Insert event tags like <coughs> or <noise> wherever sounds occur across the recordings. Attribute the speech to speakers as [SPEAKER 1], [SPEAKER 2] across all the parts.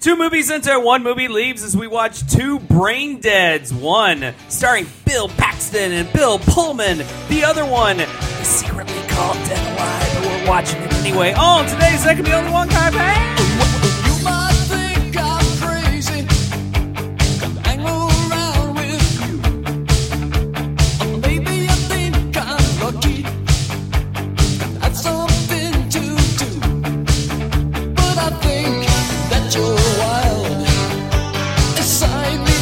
[SPEAKER 1] Two movies into it, one movie leaves as we watch two brain deads. One starring Bill Paxton and Bill Pullman. The other one is secretly called Dead Alive, but we're watching it anyway. Oh, On today's That Could Be Only One Kind of Pain.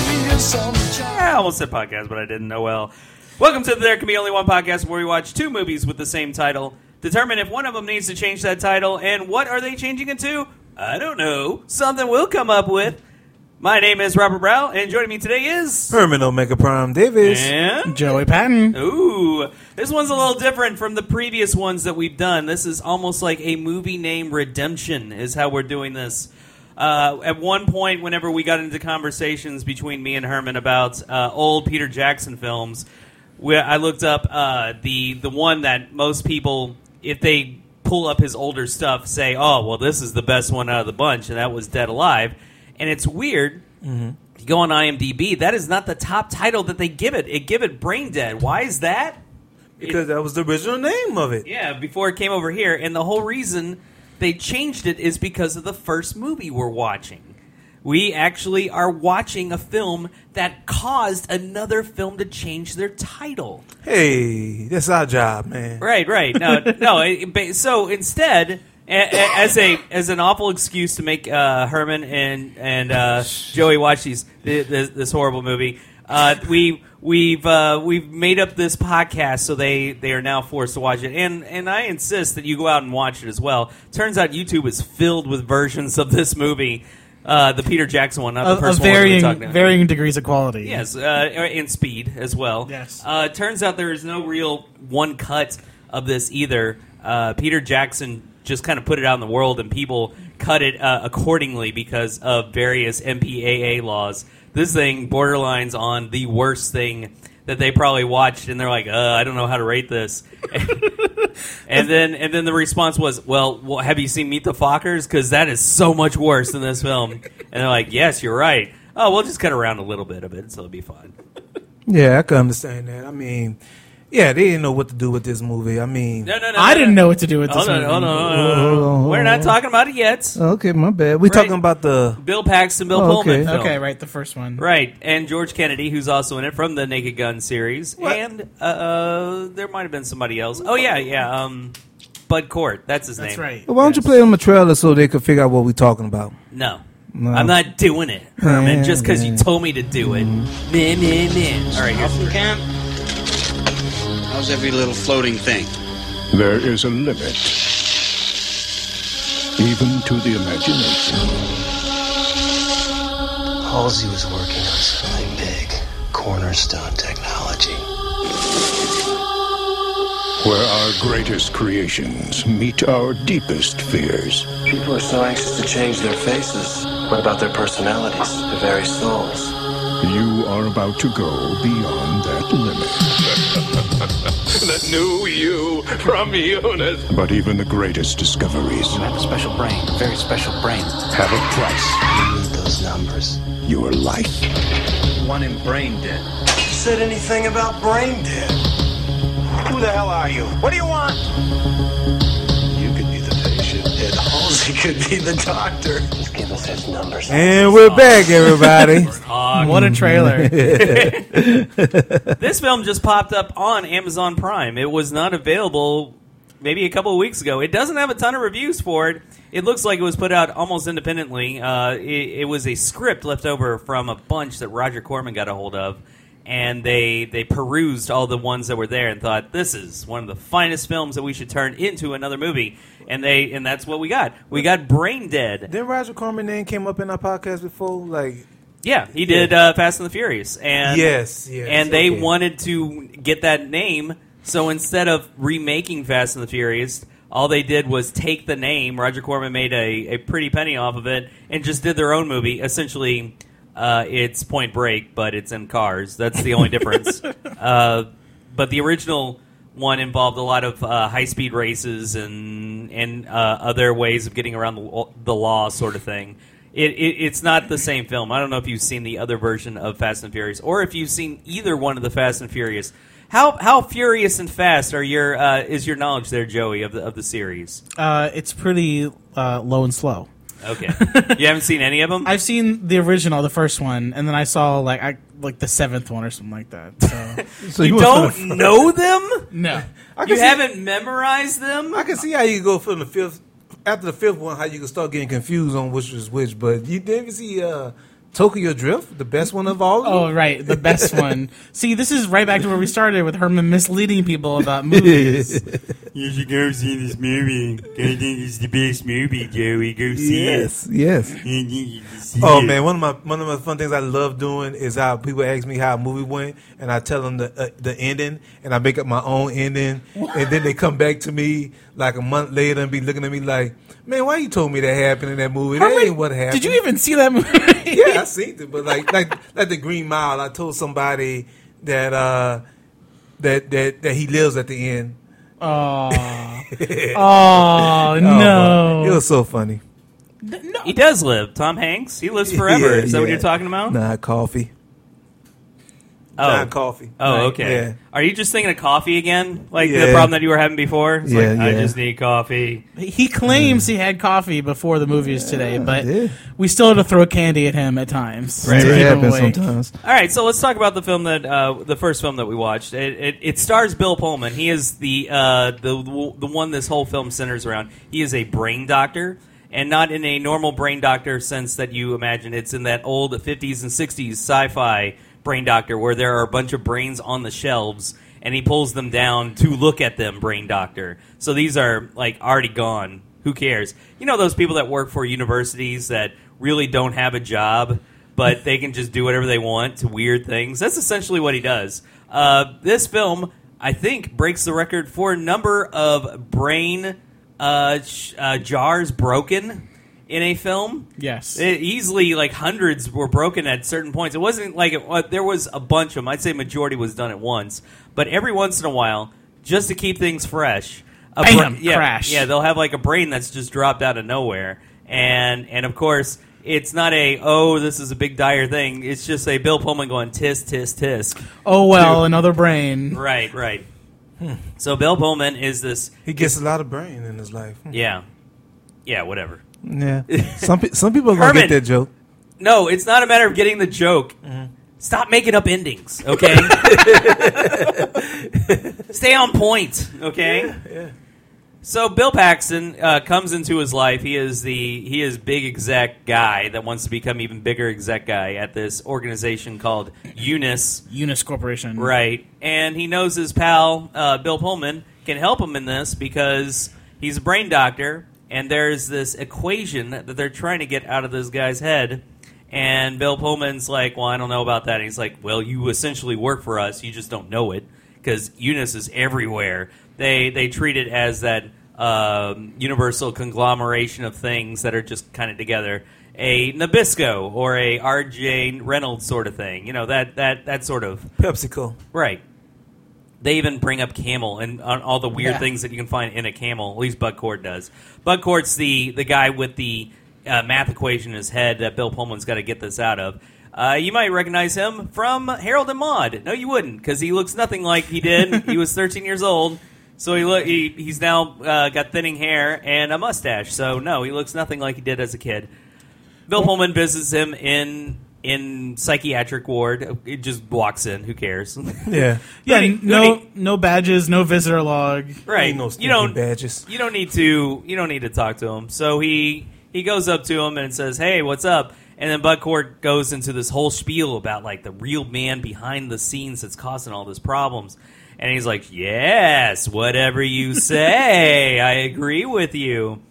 [SPEAKER 1] I almost said podcast, but I didn't. Oh well. Welcome to the There Can Be Only One podcast, where we watch two movies with the same title, determine if one of them needs to change that title, and what are they changing it to? I don't know. Something we'll come up with. My name is Robert Brow, and joining me today is.
[SPEAKER 2] Herman Omega Prime Davis.
[SPEAKER 1] And.
[SPEAKER 3] Joey Patton.
[SPEAKER 1] Ooh, this one's a little different from the previous ones that we've done. This is almost like a movie name redemption, is how we're doing this. Uh, at one point, whenever we got into conversations between me and Herman about uh, old Peter Jackson films, where I looked up uh, the the one that most people, if they pull up his older stuff, say, "Oh, well, this is the best one out of the bunch," and that was Dead Alive. And it's weird you go on IMDb, that is not the top title that they give it. It give it Brain Dead. Why is that?
[SPEAKER 2] Because that was the original name of it.
[SPEAKER 1] Yeah, before it came over here, and the whole reason they changed it is because of the first movie we're watching. We actually are watching a film that caused another film to change their title.
[SPEAKER 2] Hey, that's our job, man.
[SPEAKER 1] Right, right. No, no. it- ba- So instead, a- a- as a as an awful excuse to make uh, Herman and and uh, Joey watch these thi- this, this horrible movie, uh, we we've uh, we've made up this podcast so they they are now forced to watch it. And and I insist that you go out and watch it as well. Turns out YouTube is filled with versions of this movie. Uh, the Peter Jackson one, not the
[SPEAKER 3] Of, of
[SPEAKER 1] first one. we were talking
[SPEAKER 3] varying
[SPEAKER 1] about.
[SPEAKER 3] varying degrees of quality.
[SPEAKER 1] Yes, uh, and speed as well.
[SPEAKER 3] Yes.
[SPEAKER 1] Uh, turns out there is no real one cut of this either. Uh, Peter Jackson just kind of put it out in the world, and people cut it uh, accordingly because of various MPAA laws. This thing borderlines on the worst thing that they probably watched, and they're like, uh, I don't know how to rate this. <laughs> and then, and then the response was, "Well, well have you seen Meet the Fockers? Because that is so much worse than this film." And they're like, "Yes, you're right. Oh, we'll just cut around a little bit of it, so it'll be fine."
[SPEAKER 2] Yeah, I can understand that. I mean, yeah, they didn't know what to do with this movie. I mean,
[SPEAKER 1] No, no, no.
[SPEAKER 3] I
[SPEAKER 1] no,
[SPEAKER 3] didn't
[SPEAKER 1] no.
[SPEAKER 3] know what to do with this
[SPEAKER 1] Hold on,
[SPEAKER 3] movie.
[SPEAKER 1] hold on, hold on, hold on. We're not talking about it yet.
[SPEAKER 2] okay, my bad. We
[SPEAKER 1] Right.
[SPEAKER 2] talking about the
[SPEAKER 1] Bill Paxton, Bill
[SPEAKER 2] Oh, okay.
[SPEAKER 1] Pullman. Film.
[SPEAKER 3] Okay, right, the first one.
[SPEAKER 1] Right, and George Kennedy, who's also in it from the Naked Gun series,
[SPEAKER 2] What?
[SPEAKER 1] and uh, uh, there might have been somebody else. Oh yeah, yeah. Um, Bud Cort, that's his
[SPEAKER 3] That's
[SPEAKER 1] name.
[SPEAKER 3] right.
[SPEAKER 2] why don't you play them a trailer so they could figure out what we talking about?
[SPEAKER 1] No.
[SPEAKER 2] No.
[SPEAKER 1] I'm not doing it, Herman,
[SPEAKER 2] Yeah,
[SPEAKER 1] just because you
[SPEAKER 2] yeah.
[SPEAKER 1] told me to do it. Meh, meh, meh. All right, here's
[SPEAKER 4] From
[SPEAKER 1] the
[SPEAKER 4] camp. How's every little floating thing?
[SPEAKER 5] There is a limit, even to the imagination.
[SPEAKER 6] Halsey was working on something big cornerstone technology.
[SPEAKER 5] Where our greatest creations meet our deepest fears.
[SPEAKER 6] People are so anxious to change their faces. What about their personalities, their very souls?
[SPEAKER 5] You are about to go beyond that limit. <laughs> the new you from Eunice. But even the greatest discoveries
[SPEAKER 7] You have a special brain, a very special brain.
[SPEAKER 5] have a price.
[SPEAKER 6] We need those numbers.
[SPEAKER 5] Your life.
[SPEAKER 4] One in brain dead.
[SPEAKER 6] Said anything about brain dead? Who the hell are you? What do you want? You could be the patient, and Halsey could be the doctor. Just give us his numbers.
[SPEAKER 2] And
[SPEAKER 1] Oh.
[SPEAKER 2] we're back, everybody.
[SPEAKER 1] <laughs> talk.
[SPEAKER 3] What a trailer.
[SPEAKER 2] <laughs>
[SPEAKER 1] This film just popped up on Amazon Prime. It was not available maybe a couple of weeks ago. It doesn't have a ton of reviews for it. It looks like it was put out almost independently. Uh, it, it was a script left over from a bunch that Roger Corman got a hold of, and they they perused all the ones that were there and thought this is one of the finest films that we should turn into another movie. And they and that's what we got. We got Brain Dead.
[SPEAKER 2] Then Roger Corman name came up in our podcast before, like
[SPEAKER 1] Yeah, he did uh, Fast and the Furious, and
[SPEAKER 2] Yes, yes,
[SPEAKER 1] and they
[SPEAKER 2] okay.
[SPEAKER 1] wanted to get that name. So instead of remaking Fast and the Furious, all they did was take the name. Roger Corman made a, a pretty penny off of it, and just did their own movie. Essentially, uh, it's Point Break, but it's in cars. That's the only difference. Uh, but the original one involved a lot of uh, high speed races and and uh, other ways of getting around the, the law, sort of thing. It, it, it's not the same film. I don't know if you've seen the other version of Fast and Furious, or if you've seen either one of the Fast and Furious. How how furious and fast are your uh, is your knowledge there, Joey, of the of the series?
[SPEAKER 3] Uh, it's pretty uh, low and slow.
[SPEAKER 8] <laughs>
[SPEAKER 1] Okay, you haven't seen any of them.
[SPEAKER 3] I've seen the original, the first one, and then I saw like I like the seventh one or something like that. So
[SPEAKER 1] <laughs>
[SPEAKER 2] So
[SPEAKER 1] you
[SPEAKER 2] went for
[SPEAKER 1] don't
[SPEAKER 2] the- <laughs>
[SPEAKER 1] know them.
[SPEAKER 3] no,
[SPEAKER 2] I can
[SPEAKER 1] You
[SPEAKER 2] see,
[SPEAKER 1] haven't memorized them.
[SPEAKER 2] I can see how you go from the fifth after the fifth one, how you can start getting confused on which was which. But you did you see uh, Tokyo Drift, the best one of all. of them?
[SPEAKER 3] Oh right, the best one. See, this is right back to where we started with Herman misleading people
[SPEAKER 2] <laughs>
[SPEAKER 3] about movies.
[SPEAKER 8] You should go see this movie. I think it's the best movie, Joey. Go see
[SPEAKER 2] yes, yes.
[SPEAKER 8] it. You need to see
[SPEAKER 2] Oh
[SPEAKER 8] it.
[SPEAKER 2] man, one of my one of my fun things I love doing is how people ask me how a movie went, and I tell them the uh, the ending, and I make up my own ending, and then they come back to me like a month later and be looking at me like, "Man, why you told me that happened in that movie? That ain't what happened."
[SPEAKER 3] Did you even see that movie?
[SPEAKER 2] yeah, I seen it, but like like like the Green Mile, I told somebody that uh that that that he lives at the end.
[SPEAKER 3] Oh,
[SPEAKER 2] <laughs>
[SPEAKER 3] oh no.
[SPEAKER 2] it was so funny.
[SPEAKER 1] He does live. Tom Hanks. He lives forever.
[SPEAKER 2] <laughs> Yeah,
[SPEAKER 1] is that what
[SPEAKER 2] yeah.
[SPEAKER 1] you're talking about?
[SPEAKER 2] Nah, coffee. Nah,
[SPEAKER 1] Oh.
[SPEAKER 2] coffee.
[SPEAKER 1] Oh, okay.
[SPEAKER 2] Yeah.
[SPEAKER 1] Are you just thinking of coffee again? Like the
[SPEAKER 2] Yeah.
[SPEAKER 1] problem that you were having before? It's
[SPEAKER 2] Yeah,
[SPEAKER 1] like, I
[SPEAKER 2] yeah.
[SPEAKER 1] just need coffee.
[SPEAKER 3] He claims he had coffee before the movies today, but
[SPEAKER 2] yeah.
[SPEAKER 3] we still had to throw candy at him at times. to keep
[SPEAKER 2] it
[SPEAKER 3] him
[SPEAKER 2] happens
[SPEAKER 3] awake.
[SPEAKER 2] sometimes.
[SPEAKER 1] All right, so let's talk about the film that uh, the first film that we watched. It, it, it stars Bill Pullman. He is the uh, the the one this whole film centers around. He is a brain doctor, and not in a normal brain doctor sense that you imagine. It's in that old '50s and '60s sci-fi brain doctor where there are a bunch of brains on the shelves, and he pulls them down to look at them. Brain doctor. So these are like already gone. Who cares? You know those people that work for universities that really don't have a job but they can just do whatever they want to weird things. That's essentially what he does. Uh, this film, I think, breaks the record for number of brain uh, sh- uh, jars broken in a film.
[SPEAKER 3] Yes.
[SPEAKER 1] It easily like hundreds were broken at certain points. It wasn't like it, uh, there was a bunch of them. I'd say majority was done at once, but every once in a while, just to keep things fresh, a
[SPEAKER 3] Bam!
[SPEAKER 1] yeah,
[SPEAKER 3] Crash.
[SPEAKER 1] Yeah, they'll have like a brain that's just dropped out of nowhere, and and of course. It's not a oh this is a big dire thing. It's just a Bill Pullman going tisk tisk tisk.
[SPEAKER 3] Oh well, another brain.
[SPEAKER 1] Right, right. So Bill Pullman is this
[SPEAKER 2] He gets a lot of brain in his life.
[SPEAKER 1] yeah, yeah whatever.
[SPEAKER 2] Yeah.
[SPEAKER 1] <laughs>
[SPEAKER 2] Some pe- some people are gonna
[SPEAKER 1] Herman.
[SPEAKER 2] get that joke.
[SPEAKER 1] No, it's not a matter of getting the joke. Stop making up endings, okay? Stay on point, okay? So Bill Paxton uh, comes into his life. He is the he is big exec guy that wants to become even bigger exec guy at this organization called Eunice.
[SPEAKER 3] Eunice Corporation.
[SPEAKER 1] Right. And he knows his pal, uh, Bill Pullman, can help him in this because he's a brain doctor, and there's this equation that they're trying to get out of this guy's head. And Bill Pullman's like, Well, I don't know about that. And he's like, Well, you essentially work for us, you just don't know it because Eunice is everywhere. They, they treat it as that um, universal conglomeration of things that are just kind of together. A Nabisco or a R.J. Reynolds sort of thing, you know that that that sort of
[SPEAKER 2] PepsiCo.
[SPEAKER 1] Right. They even bring up camel and on all the weird
[SPEAKER 3] Yeah.
[SPEAKER 1] things that you can find in a camel. At least Bud Cord does. Bud Cord's the the guy with the uh, math equation in his head that Bill Pullman's got to get this out of. Uh, you might recognize him from Harold and Maude. No, you wouldn't, because he looks nothing like he did. he was 13 years old, so he, look he he's now uh, got thinning hair and a mustache. So no, he looks nothing like he did as a kid. Bill Pullman visits him in in psychiatric ward. It just walks in. Who cares? <laughs>
[SPEAKER 2] Yeah.
[SPEAKER 3] Yeah.
[SPEAKER 1] Goody-
[SPEAKER 3] no.
[SPEAKER 1] goody.
[SPEAKER 3] No badges. No visitor log.
[SPEAKER 1] <laughs> right.
[SPEAKER 2] Ain't no
[SPEAKER 1] you don't
[SPEAKER 2] stinking badges.
[SPEAKER 1] You don't need to. You don't need to talk to him. So he he goes up to him and says, "Hey, what's up?" And then Buckcourt goes into this whole spiel about like the real man behind the scenes that's causing all these problems. And he's like, "Yes, whatever you say, I agree with you."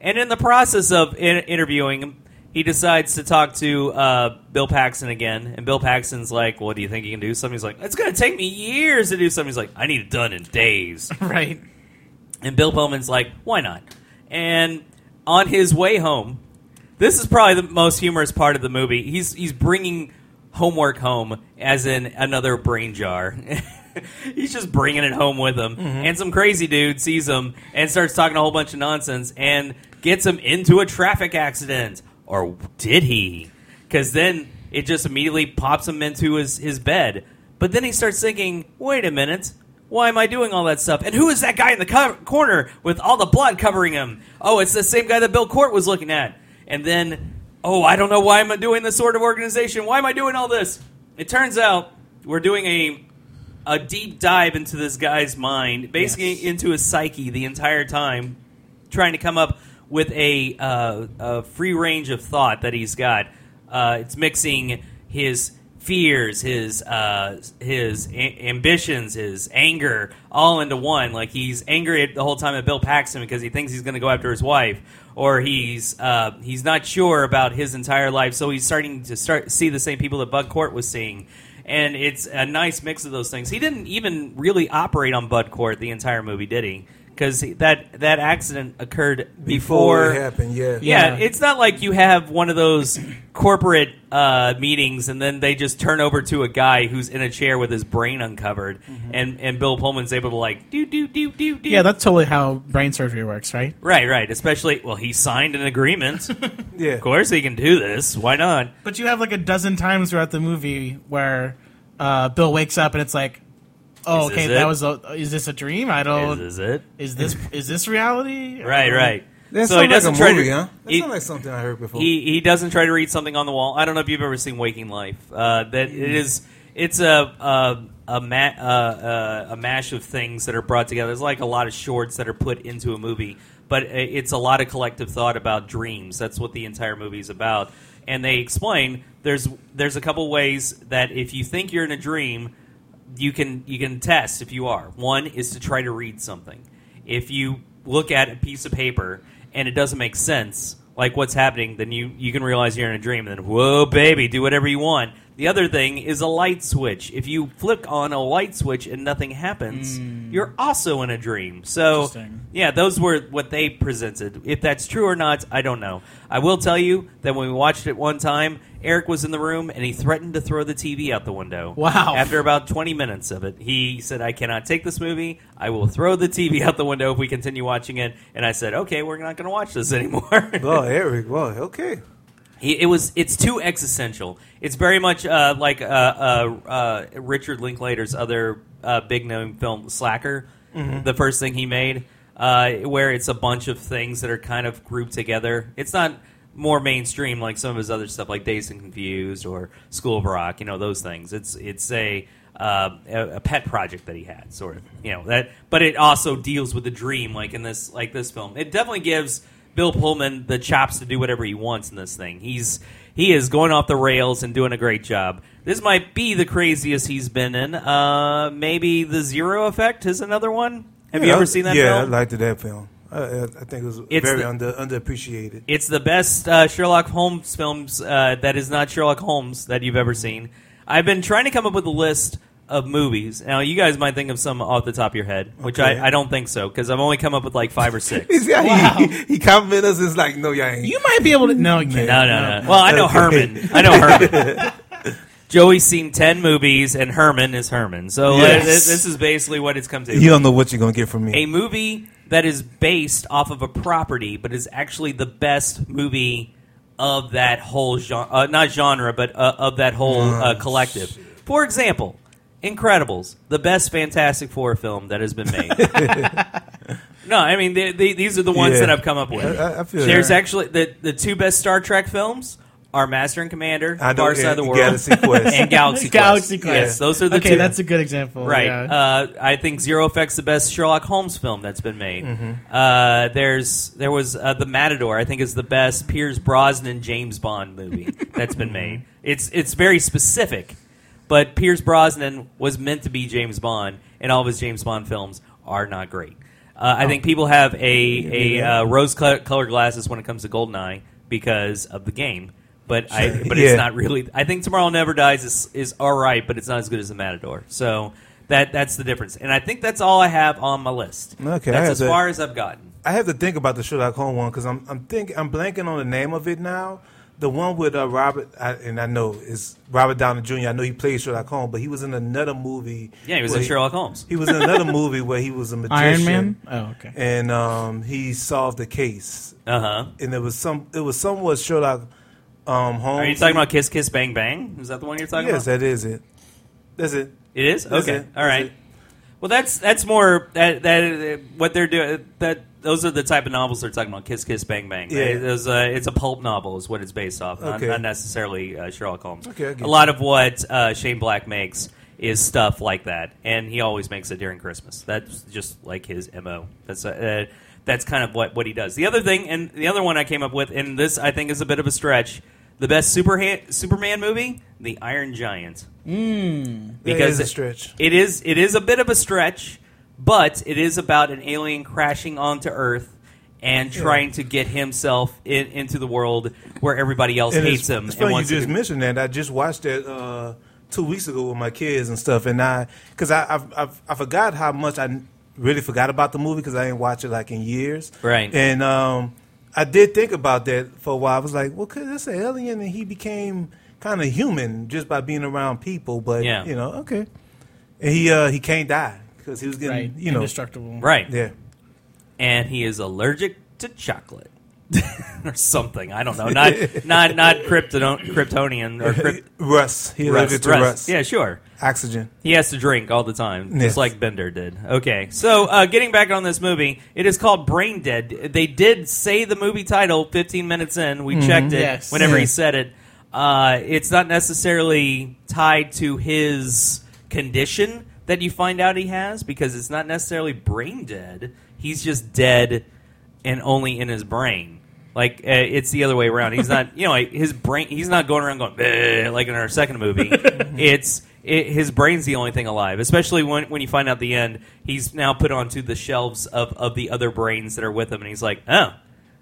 [SPEAKER 1] And in the process of in- interviewing him, he decides to talk to uh, Bill Paxton again. And Bill Paxton's like, Well, do you think you can do something? He's like, It's going to take me years to do something. He's like, I need it done in days.
[SPEAKER 3] <laughs> Right.
[SPEAKER 1] And Bill Pullman's like, why not? And on his way home, this is probably the most humorous part of the movie. He's he's bringing homework home, as in another brain jar. <laughs> he's just bringing it home with him. And some crazy dude sees him and starts talking a whole bunch of nonsense and gets him into a traffic accident. or did he? Because then it just immediately pops him into his, his bed. But then he starts thinking, wait a minute, why am I doing all that stuff? And who is that guy in the co- corner with all the blood covering him? Oh, it's the same guy that Bill Court was looking at. And then, oh, I don't know why I'm doing this sort of organization. Why am I doing all this? It turns out we're doing a a deep dive into this guy's mind, basically into his psyche the entire time, trying to come up with a, uh, a free range of thought that he's got. Uh, it's mixing his fears, his uh, his a- ambitions, his anger, all into one. Like he's angry at the whole time at Bill Paxton because he thinks he's going to go after his wife, or he's uh, he's not sure about his entire life, so he's starting to start see the same people that Bud Court was seeing and it's a nice mix of those things. He didn't even really operate on Bud Court the entire movie, did he? Because that that accident occurred before,
[SPEAKER 2] it happened, yeah.
[SPEAKER 1] Yeah,
[SPEAKER 3] Yeah.
[SPEAKER 1] it's not like you have one of those corporate uh, meetings and then they just turn over to a guy who's in a chair with his brain uncovered,
[SPEAKER 2] Mm-hmm.
[SPEAKER 1] and and Bill Pullman's able to like do do do do do.
[SPEAKER 3] Yeah, that's totally how brain surgery works, right?
[SPEAKER 1] right, right. Especially, well, he signed an
[SPEAKER 2] <laughs>
[SPEAKER 1] agreement. of
[SPEAKER 2] Yeah.
[SPEAKER 1] course, he can do this. Why not?
[SPEAKER 3] But you have like a dozen times throughout the movie where uh, Bill wakes up and it's like,
[SPEAKER 1] Is
[SPEAKER 3] oh,
[SPEAKER 1] this
[SPEAKER 3] okay,
[SPEAKER 1] it?
[SPEAKER 3] that was a. Is this a dream? I
[SPEAKER 1] Is,
[SPEAKER 2] Oh.
[SPEAKER 3] don't.
[SPEAKER 1] is it
[SPEAKER 3] Is this is this reality?
[SPEAKER 1] right? Right.
[SPEAKER 2] That
[SPEAKER 1] so
[SPEAKER 2] sound
[SPEAKER 1] he doesn't
[SPEAKER 2] like
[SPEAKER 1] try
[SPEAKER 2] a movie,
[SPEAKER 1] to.
[SPEAKER 2] huh? That
[SPEAKER 1] he-
[SPEAKER 2] sounds like something I heard before.
[SPEAKER 1] He he doesn't try to read something on the wall. I don't know if you've ever seen Waking Life. Uh, that it is it's a a a, ma- uh, uh, a mash of things that are brought together. It's like a lot of shorts that are put into a movie, but i- it's a lot of collective thought about dreams. That's what the entire movie is about. And they explain there's there's a couple ways that if you think you're in a dream, you can you can test if you are. One is to try to read something. If you look at a piece of paper and it doesn't make sense, like what's happening, then you you can realize you're in a dream. And then whoa, baby, do whatever you want. The other thing is a light switch. If you flick on a light switch and nothing happens, you're also in a dream. So
[SPEAKER 3] Hmm. Interesting.
[SPEAKER 1] yeah, those were what they presented. If that's true or not, I don't know. I will tell you that when we watched it one time, Eric was in the room and he threatened to throw the TV out the window.
[SPEAKER 3] Wow.
[SPEAKER 1] After about 20 minutes of it, he said, I cannot take this movie. I will throw the TV out the window if we continue watching it. And I said, okay, we're not going to watch this <laughs> anymore.
[SPEAKER 2] oh, Eric. Well, okay.
[SPEAKER 1] he, it was, it's too existential. It's very much uh, like uh, uh, uh, Richard Linklater's other uh, big known film, Slacker, the first thing he made, uh, where it's a bunch of things that are kind of grouped together. It's not more mainstream like some of his other stuff, like Days and Confused or School of Rock, you know, those things. It's, it's a, uh, a a pet project that he had, sort of. You know that, but it also deals with the dream, like in this, like this film. It definitely gives Bill Pullman the chops to do whatever he wants in this thing. He's he is going off the rails and doing a great job. This might be the craziest he's been in. Uh, maybe the Zero Effect is another one. Have you
[SPEAKER 2] Yeah,
[SPEAKER 1] ever seen that?
[SPEAKER 2] Yeah,
[SPEAKER 1] film?
[SPEAKER 2] I liked that film. I, I I think it was
[SPEAKER 1] It's
[SPEAKER 2] very
[SPEAKER 1] the- <laughs>
[SPEAKER 2] under underappreciated.
[SPEAKER 1] It's the best uh, Sherlock Holmes films uh, that is not Sherlock Holmes that you've ever seen. I've been trying to come up with a list of movies. Now, you guys might think of some off the top of your head, which
[SPEAKER 2] Okay.
[SPEAKER 1] I, I don't think so, because I've only come up with like five or six.
[SPEAKER 2] He's, yeah, he, he, he complimented us. It's like, no, y'all ain't.
[SPEAKER 3] You might be able to. No, you can't.
[SPEAKER 1] no, no, no. Well, I know Herman. I know
[SPEAKER 2] <laughs>
[SPEAKER 1] Herman. Joey's seen 10 movies, and Herman is Herman. So
[SPEAKER 2] Yes.
[SPEAKER 1] this, this is basically what it's come to.
[SPEAKER 2] you don't know what you're gonna get from
[SPEAKER 1] a
[SPEAKER 2] me.
[SPEAKER 1] movie that is based off of a property, but is actually the best movie of that whole genre, uh, not genre, but uh, of that whole uh, collective. For example, Incredibles, the best Fantastic Four film that has been
[SPEAKER 2] <laughs>
[SPEAKER 1] made. no, I mean they, they, these are the ones
[SPEAKER 2] Yeah.
[SPEAKER 1] that I've come up with.
[SPEAKER 2] I- I feel
[SPEAKER 1] There's
[SPEAKER 2] you.
[SPEAKER 1] actually the the two best Star Trek films are Master and Commander,
[SPEAKER 2] I know,
[SPEAKER 1] Far Side
[SPEAKER 2] yeah,
[SPEAKER 1] of the World,
[SPEAKER 2] Galaxy
[SPEAKER 1] <laughs>
[SPEAKER 2] Quest.
[SPEAKER 1] and Galaxy Quest.
[SPEAKER 3] Galaxy Quest.
[SPEAKER 1] Yes, those are the
[SPEAKER 3] okay,
[SPEAKER 1] two.
[SPEAKER 3] that's a good example.
[SPEAKER 1] Right.
[SPEAKER 3] yeah.
[SPEAKER 1] Uh, I think Zero Effect's the best Sherlock Holmes film that's been made. Uh, there's there was uh, the Matador. I think is the best Piers Brosnan James Bond movie that's been made. It's it's very specific, but Piers Brosnan was meant to be James Bond, and all of his James Bond films are not great. Uh, I think people have a a uh, rose col- colored glasses when it comes to Goldeneye because of the game. But I, but
[SPEAKER 2] Yeah.
[SPEAKER 1] it's not really. I think Tomorrow Never Dies is is all right, but it's not as good as the Matador. So that that's the difference, and I think that's all I have on my list.
[SPEAKER 2] Okay, I
[SPEAKER 1] that's
[SPEAKER 2] have
[SPEAKER 1] as
[SPEAKER 2] to-
[SPEAKER 1] far as I've gotten.
[SPEAKER 2] I have to think about the Sherlock Holmes one because I'm I'm think I'm blanking on the name of it now. the one with uh, Robert, I, and I know is Robert Downey Jr. I know he played Sherlock Holmes, but he was in another movie.
[SPEAKER 1] Yeah, he was
[SPEAKER 2] where
[SPEAKER 1] in Sherlock Holmes.
[SPEAKER 2] He was in another movie where he
[SPEAKER 1] <laughs>
[SPEAKER 2] was a magician.
[SPEAKER 3] Iron Man? Oh, okay.
[SPEAKER 2] And um, he solved the case,
[SPEAKER 1] Uh huh.
[SPEAKER 2] and it was some. It was somewhat Sherlock um, Holmes.
[SPEAKER 1] Are you talking about Kiss Kiss Bang Bang? Is that the one you're talking
[SPEAKER 2] Yes,
[SPEAKER 1] about?
[SPEAKER 2] that is it. That's it.
[SPEAKER 1] It is.
[SPEAKER 2] That's
[SPEAKER 1] Okay.
[SPEAKER 2] it.
[SPEAKER 1] All right.
[SPEAKER 2] That's it.
[SPEAKER 1] Well, that's that's more that that uh, what they're doing. That those are the type of novels they're talking about. Kiss Kiss Bang Bang.
[SPEAKER 2] Yeah.
[SPEAKER 1] Right? Those, uh, it's a pulp novel, is what it's based off. Not,
[SPEAKER 2] Okay.
[SPEAKER 1] not necessarily uh, Sherlock Holmes.
[SPEAKER 2] Okay, I get
[SPEAKER 1] a
[SPEAKER 2] you.
[SPEAKER 1] lot of what uh, Shane Black makes is stuff like that, and he always makes it during Christmas. That's just like his mo. That's uh, uh, that's kind of what what he does. The other thing, and the other one I came up with, and this I think is a bit of a stretch. The best super Superman movie, The Iron Giant
[SPEAKER 2] Because a stretch.
[SPEAKER 1] it is it is a bit of a stretch, but it is about an alien crashing onto Earth and trying to get himself in, into the world where everybody else
[SPEAKER 2] And
[SPEAKER 1] hates
[SPEAKER 2] it's,
[SPEAKER 1] him
[SPEAKER 2] It's
[SPEAKER 1] and
[SPEAKER 2] funny you
[SPEAKER 1] wants
[SPEAKER 2] just
[SPEAKER 1] to.
[SPEAKER 2] mentioned that. I just watched that uh, two weeks ago with my kids and stuff, and I because I I've, I've, I forgot how much I really forgot about the movie because I didn't watch it like in years.
[SPEAKER 1] Right.
[SPEAKER 2] And um, I did think about that for a while. I was like, well, cause that's an alien, and he became kind of human just by being around people. But
[SPEAKER 1] Yeah.
[SPEAKER 2] you know, okay. And he uh, he can't die because he was getting
[SPEAKER 3] Right.
[SPEAKER 2] you know
[SPEAKER 3] Indestructible.
[SPEAKER 1] Right.
[SPEAKER 2] yeah.
[SPEAKER 1] And he is allergic to chocolate. <laughs> or something. I don't know. Not not
[SPEAKER 2] <laughs>
[SPEAKER 1] not krypton- kryptonian or krypt-
[SPEAKER 2] Russ, he
[SPEAKER 1] Russ,
[SPEAKER 2] allergic to
[SPEAKER 1] Russ.
[SPEAKER 2] Russ.
[SPEAKER 1] Yeah, sure.
[SPEAKER 2] Oxygen.
[SPEAKER 1] He has to drink all the time, just
[SPEAKER 2] Yes.
[SPEAKER 1] like Bender did. Okay, so uh, getting back on this movie, it is called Brain Dead. They did say the movie title 15 minutes in. We checked it
[SPEAKER 3] Mm-hmm. Yes.
[SPEAKER 1] whenever he
[SPEAKER 3] Yeah.
[SPEAKER 1] said it. Uh, it's not necessarily tied to his condition that you find out he has because it's not necessarily brain dead. He's just dead and only in his brain. Like uh, it's the other way around. He's
[SPEAKER 3] <laughs>
[SPEAKER 1] not, you know, like, his brain. He's not going around going "Bleh," like in our second
[SPEAKER 3] <laughs>
[SPEAKER 1] movie. it's it, his brain's the only thing alive. Especially when when you find out the end, he's now put onto the shelves of of the other brains that are with him, and he's like, oh,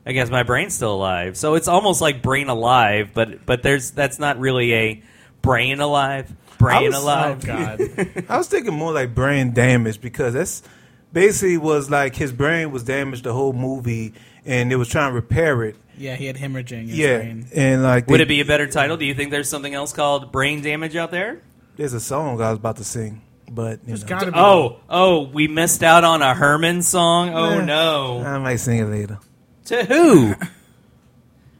[SPEAKER 1] I guess my brain's still alive. So it's almost like brain alive, but but there's that's not really a brain alive. Brain
[SPEAKER 2] was-
[SPEAKER 3] Oh
[SPEAKER 1] alive. <laughs>
[SPEAKER 3] God.
[SPEAKER 2] I was thinking more like brain damage because that's basically was like his brain was damaged the whole movie and they was trying to repair it.
[SPEAKER 3] yeah, he had hemorrhaging. In his
[SPEAKER 2] yeah,
[SPEAKER 3] brain.
[SPEAKER 2] and like
[SPEAKER 1] Would
[SPEAKER 2] they-
[SPEAKER 1] it be a better title? Do you think there's something else called brain damage out there?
[SPEAKER 2] There's a song I was about to sing, but you know,
[SPEAKER 3] Gotta be.
[SPEAKER 1] Oh, oh, we missed out on a Herman song. Oh
[SPEAKER 2] Yeah. Uh.
[SPEAKER 1] no.
[SPEAKER 2] I might sing it later.
[SPEAKER 1] To who?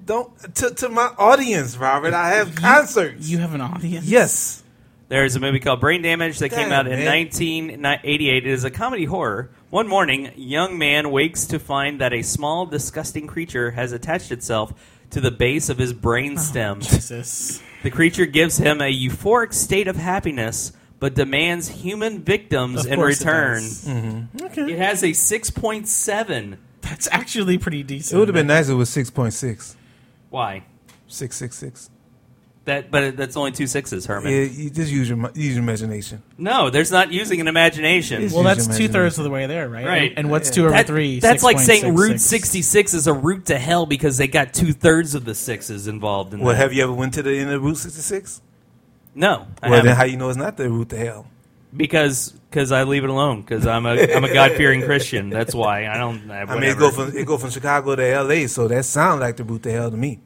[SPEAKER 2] Don't to to my audience, Robert. I have concerts.
[SPEAKER 3] you have an audience.
[SPEAKER 2] yes,
[SPEAKER 1] There's a movie called Brain Damage that came out
[SPEAKER 2] Damn,
[SPEAKER 1] in
[SPEAKER 2] man.
[SPEAKER 1] 1988. It is a comedy horror. One morning, young man wakes to find that a small, disgusting creature has attached itself to the base of his brain stem. <laughs>
[SPEAKER 3] Jesus.
[SPEAKER 1] The creature gives him a euphoric state of happiness, but demands human victims
[SPEAKER 3] Of
[SPEAKER 1] in
[SPEAKER 3] course it
[SPEAKER 1] return. Hmm.
[SPEAKER 3] does.
[SPEAKER 1] It has a 6.7.
[SPEAKER 3] That's actually pretty decent.
[SPEAKER 2] it would have been nice. If it was six point six.
[SPEAKER 1] Why?
[SPEAKER 2] Six six six.
[SPEAKER 1] That, but that's only two sixes,
[SPEAKER 2] Yeah,
[SPEAKER 1] Herman.
[SPEAKER 2] you just use your mi- use your imagination.
[SPEAKER 1] No, there's not using an imagination.
[SPEAKER 2] It's
[SPEAKER 3] Well,
[SPEAKER 2] Huge
[SPEAKER 3] that's two
[SPEAKER 2] imagination.
[SPEAKER 3] thirds of the way there, right?
[SPEAKER 1] Right.
[SPEAKER 3] And, and what's two over
[SPEAKER 1] That-
[SPEAKER 3] three?
[SPEAKER 1] That's like
[SPEAKER 3] 6.66.
[SPEAKER 1] saying Route 66 is a route to hell because they got two thirds of the sixes involved in
[SPEAKER 2] Well,
[SPEAKER 1] that.
[SPEAKER 2] have you ever went to the end of Route sixty six?
[SPEAKER 1] No, I
[SPEAKER 2] Well,
[SPEAKER 1] haven't.
[SPEAKER 2] then how you know it's not the route to hell?
[SPEAKER 1] because cause I leave it alone because I'm a I'm
[SPEAKER 2] <laughs>
[SPEAKER 1] a God fearing Christian. That's why I don't. I,
[SPEAKER 2] I mean, it go from it go from Chicago to L.A., so that sound like the route to hell to me.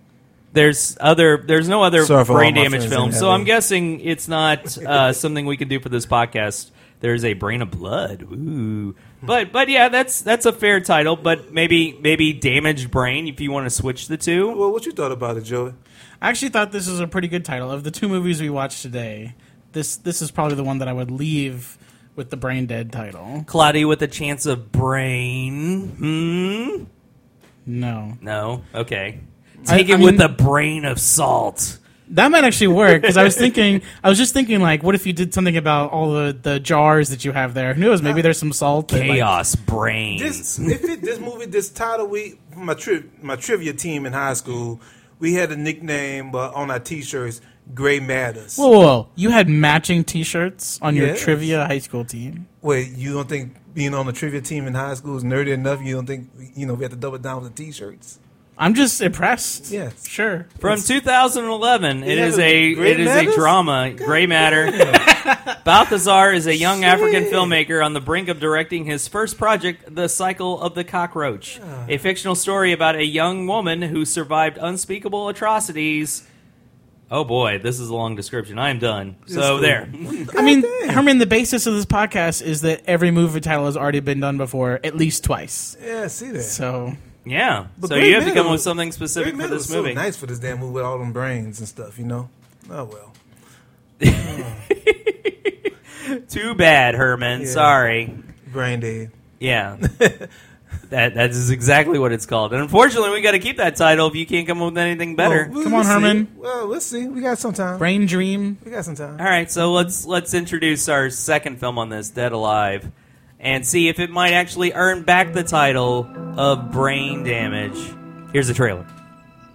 [SPEAKER 1] there's other there's no other
[SPEAKER 2] Sorry for all
[SPEAKER 1] brain
[SPEAKER 2] my
[SPEAKER 1] damage
[SPEAKER 2] friends
[SPEAKER 1] film,
[SPEAKER 2] in
[SPEAKER 1] so
[SPEAKER 2] LA.
[SPEAKER 1] I'm guessing it's not uh, something we can do for this podcast. There's a brain of blood, ooh, but but yeah, that's that's a fair title. But maybe maybe damaged brain if you want to switch the two.
[SPEAKER 2] Well, what you thought about it, Joey?
[SPEAKER 3] I actually thought this was a pretty good title of the two movies we watched today. This this is probably the one that I would leave with the brain dead title.
[SPEAKER 1] Cloudy with a chance of brain. Hmm.
[SPEAKER 3] No,
[SPEAKER 1] No. Okay.
[SPEAKER 3] I-
[SPEAKER 1] Take
[SPEAKER 3] I
[SPEAKER 1] it with
[SPEAKER 3] mean-
[SPEAKER 1] a brain of salt.
[SPEAKER 3] that might actually work because I was thinking I was just thinking like, what if you did something about all the, the jars that you have there? Who knows? Maybe there's some salt. that, like-
[SPEAKER 1] Chaos brains.
[SPEAKER 2] This if it, this movie, this title, we my tri- my trivia team in high school, we had a nickname uh, on our T-shirts, "Gray Matters."
[SPEAKER 3] whoa, whoa, whoa! You had matching T-shirts on your
[SPEAKER 2] Yes.
[SPEAKER 3] trivia high school team.
[SPEAKER 2] Wait, you don't think being on the trivia team in high school is nerdy enough? You don't think you know we had to double down with the T-shirts?
[SPEAKER 3] I'm just impressed.
[SPEAKER 2] Yes.
[SPEAKER 3] sure.
[SPEAKER 1] From 2011, it
[SPEAKER 2] Yeah,
[SPEAKER 1] is a
[SPEAKER 2] Grey
[SPEAKER 1] it is
[SPEAKER 2] Matters?
[SPEAKER 1] a drama, gray matter. <laughs> Balthazar is a young African filmmaker on the brink of directing his first project, The Cycle of the Cockroach,
[SPEAKER 2] Ah.
[SPEAKER 1] a fictional story about a young woman who survived unspeakable atrocities. Oh boy, this is a long description. I am done. So
[SPEAKER 2] cool. <laughs>
[SPEAKER 1] there.
[SPEAKER 3] I mean, Herman, the basis of this podcast is that every movie title has already been done before at least twice.
[SPEAKER 2] Yeah, see that.
[SPEAKER 3] So
[SPEAKER 1] Yeah.
[SPEAKER 2] But
[SPEAKER 1] so
[SPEAKER 2] Green
[SPEAKER 1] you have to
[SPEAKER 2] Mile
[SPEAKER 1] come up with
[SPEAKER 2] was-
[SPEAKER 1] something specific
[SPEAKER 2] Green
[SPEAKER 1] for
[SPEAKER 2] Man
[SPEAKER 1] this
[SPEAKER 2] was so
[SPEAKER 1] movie.
[SPEAKER 2] nice for this damn movie with all them brains and stuff, you know. Oh well.
[SPEAKER 1] Too bad, Herman.
[SPEAKER 2] Yeah.
[SPEAKER 1] Sorry.
[SPEAKER 2] Brain dead.
[SPEAKER 1] Yeah. that that is exactly what it's called. And unfortunately, we got to keep that title if you can't come up with anything better.
[SPEAKER 2] Well, we-
[SPEAKER 3] Come
[SPEAKER 2] Oh, we'll
[SPEAKER 3] on,
[SPEAKER 2] see.
[SPEAKER 3] Herman.
[SPEAKER 2] Well, let's see. We got some time.
[SPEAKER 3] Brain Dream.
[SPEAKER 2] We got some time.
[SPEAKER 1] All right, so let's let's introduce our second film on this, Dead Alive, and see if it might actually earn back the title of Brain Damage. Here's the trailer.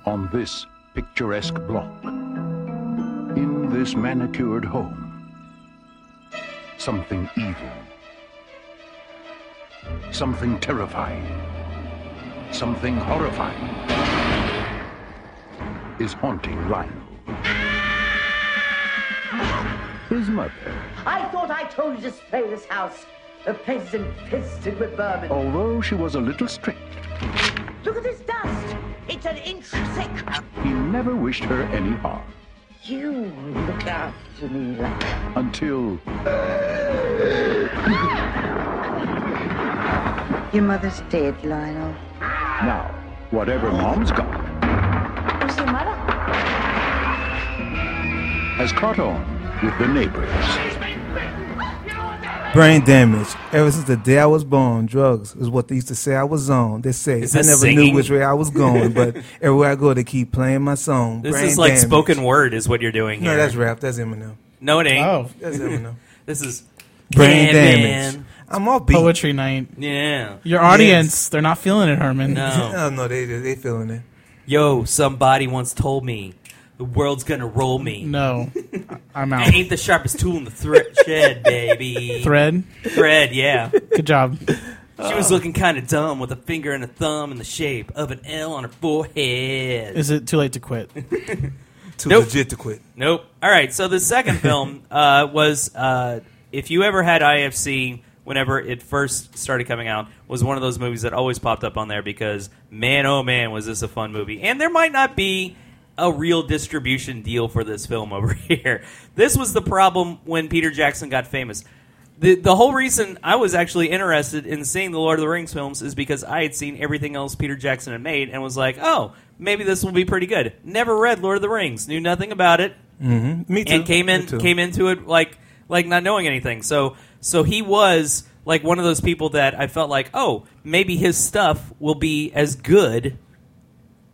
[SPEAKER 5] on this picturesque block, in this manicured home, something evil, something terrifying, something horrifying is haunting Lionel. His mother,
[SPEAKER 9] I thought I told you to spray this house. The place is infested with vermin.
[SPEAKER 5] although she was a little strict,
[SPEAKER 9] Look at this dust. It's an inch thick.
[SPEAKER 5] he never wished her any harm
[SPEAKER 9] You look after me like
[SPEAKER 5] until
[SPEAKER 9] your mother's dead, Lionel.
[SPEAKER 5] now. Whatever mom's got
[SPEAKER 9] Who's your mother?
[SPEAKER 5] has caught on with the neighbors.
[SPEAKER 2] Brain damage. Ever since the day I was born, drugs is what they used to say I was on. They say
[SPEAKER 1] Is
[SPEAKER 2] I
[SPEAKER 1] this
[SPEAKER 2] never
[SPEAKER 1] singing?
[SPEAKER 2] knew which way I
[SPEAKER 1] <laughs>
[SPEAKER 2] was going, but everywhere I go, they keep playing my song.
[SPEAKER 1] This
[SPEAKER 2] Brain
[SPEAKER 1] is like
[SPEAKER 2] damage.
[SPEAKER 1] spoken word, is what you're doing here.
[SPEAKER 2] No, that's rap. That's Eminem.
[SPEAKER 1] No, it ain't.
[SPEAKER 3] Oh,
[SPEAKER 1] <laughs>
[SPEAKER 2] That's Eminem.
[SPEAKER 1] This is
[SPEAKER 2] Brain
[SPEAKER 1] Yeah,
[SPEAKER 2] damage.
[SPEAKER 1] man.
[SPEAKER 2] I'm off beat. <laughs>
[SPEAKER 3] Poetry Night.
[SPEAKER 1] Yeah.
[SPEAKER 3] Your audience, they're not feeling it, Herman.
[SPEAKER 1] No.
[SPEAKER 2] Oh no, they they they feeling it.
[SPEAKER 1] Yo, somebody once told me the world's gonna roll me.
[SPEAKER 3] No. I'm
[SPEAKER 1] I
[SPEAKER 3] <laughs> out.
[SPEAKER 1] ain't the sharpest tool in the thre- shed, baby.
[SPEAKER 3] Thread.
[SPEAKER 1] Thread, yeah.
[SPEAKER 3] Good job.
[SPEAKER 1] She was looking kind of dumb with a finger and a thumb in the shape of an L on her forehead.
[SPEAKER 3] Is it too late to quit?
[SPEAKER 2] Too
[SPEAKER 1] Nope.
[SPEAKER 2] legit to quit.
[SPEAKER 1] Nope. All right. So the second film uh, was uh, if you ever had IFC whenever it first started coming out was one of those movies that always popped up on there because man oh man was this a fun movie and there might not be a real distribution deal for this film <laughs> over here this was the problem when peter jackson got famous the, the whole reason i was actually interested in seeing the lord of the rings films is because i had seen everything else peter jackson had made and was like oh maybe this will be pretty good never read lord of the rings knew nothing about it
[SPEAKER 2] Me too.
[SPEAKER 1] and came in
[SPEAKER 2] Me too.
[SPEAKER 1] came into it like like not knowing anything. So so he was like one of those people that I felt like, oh, maybe his stuff will be as good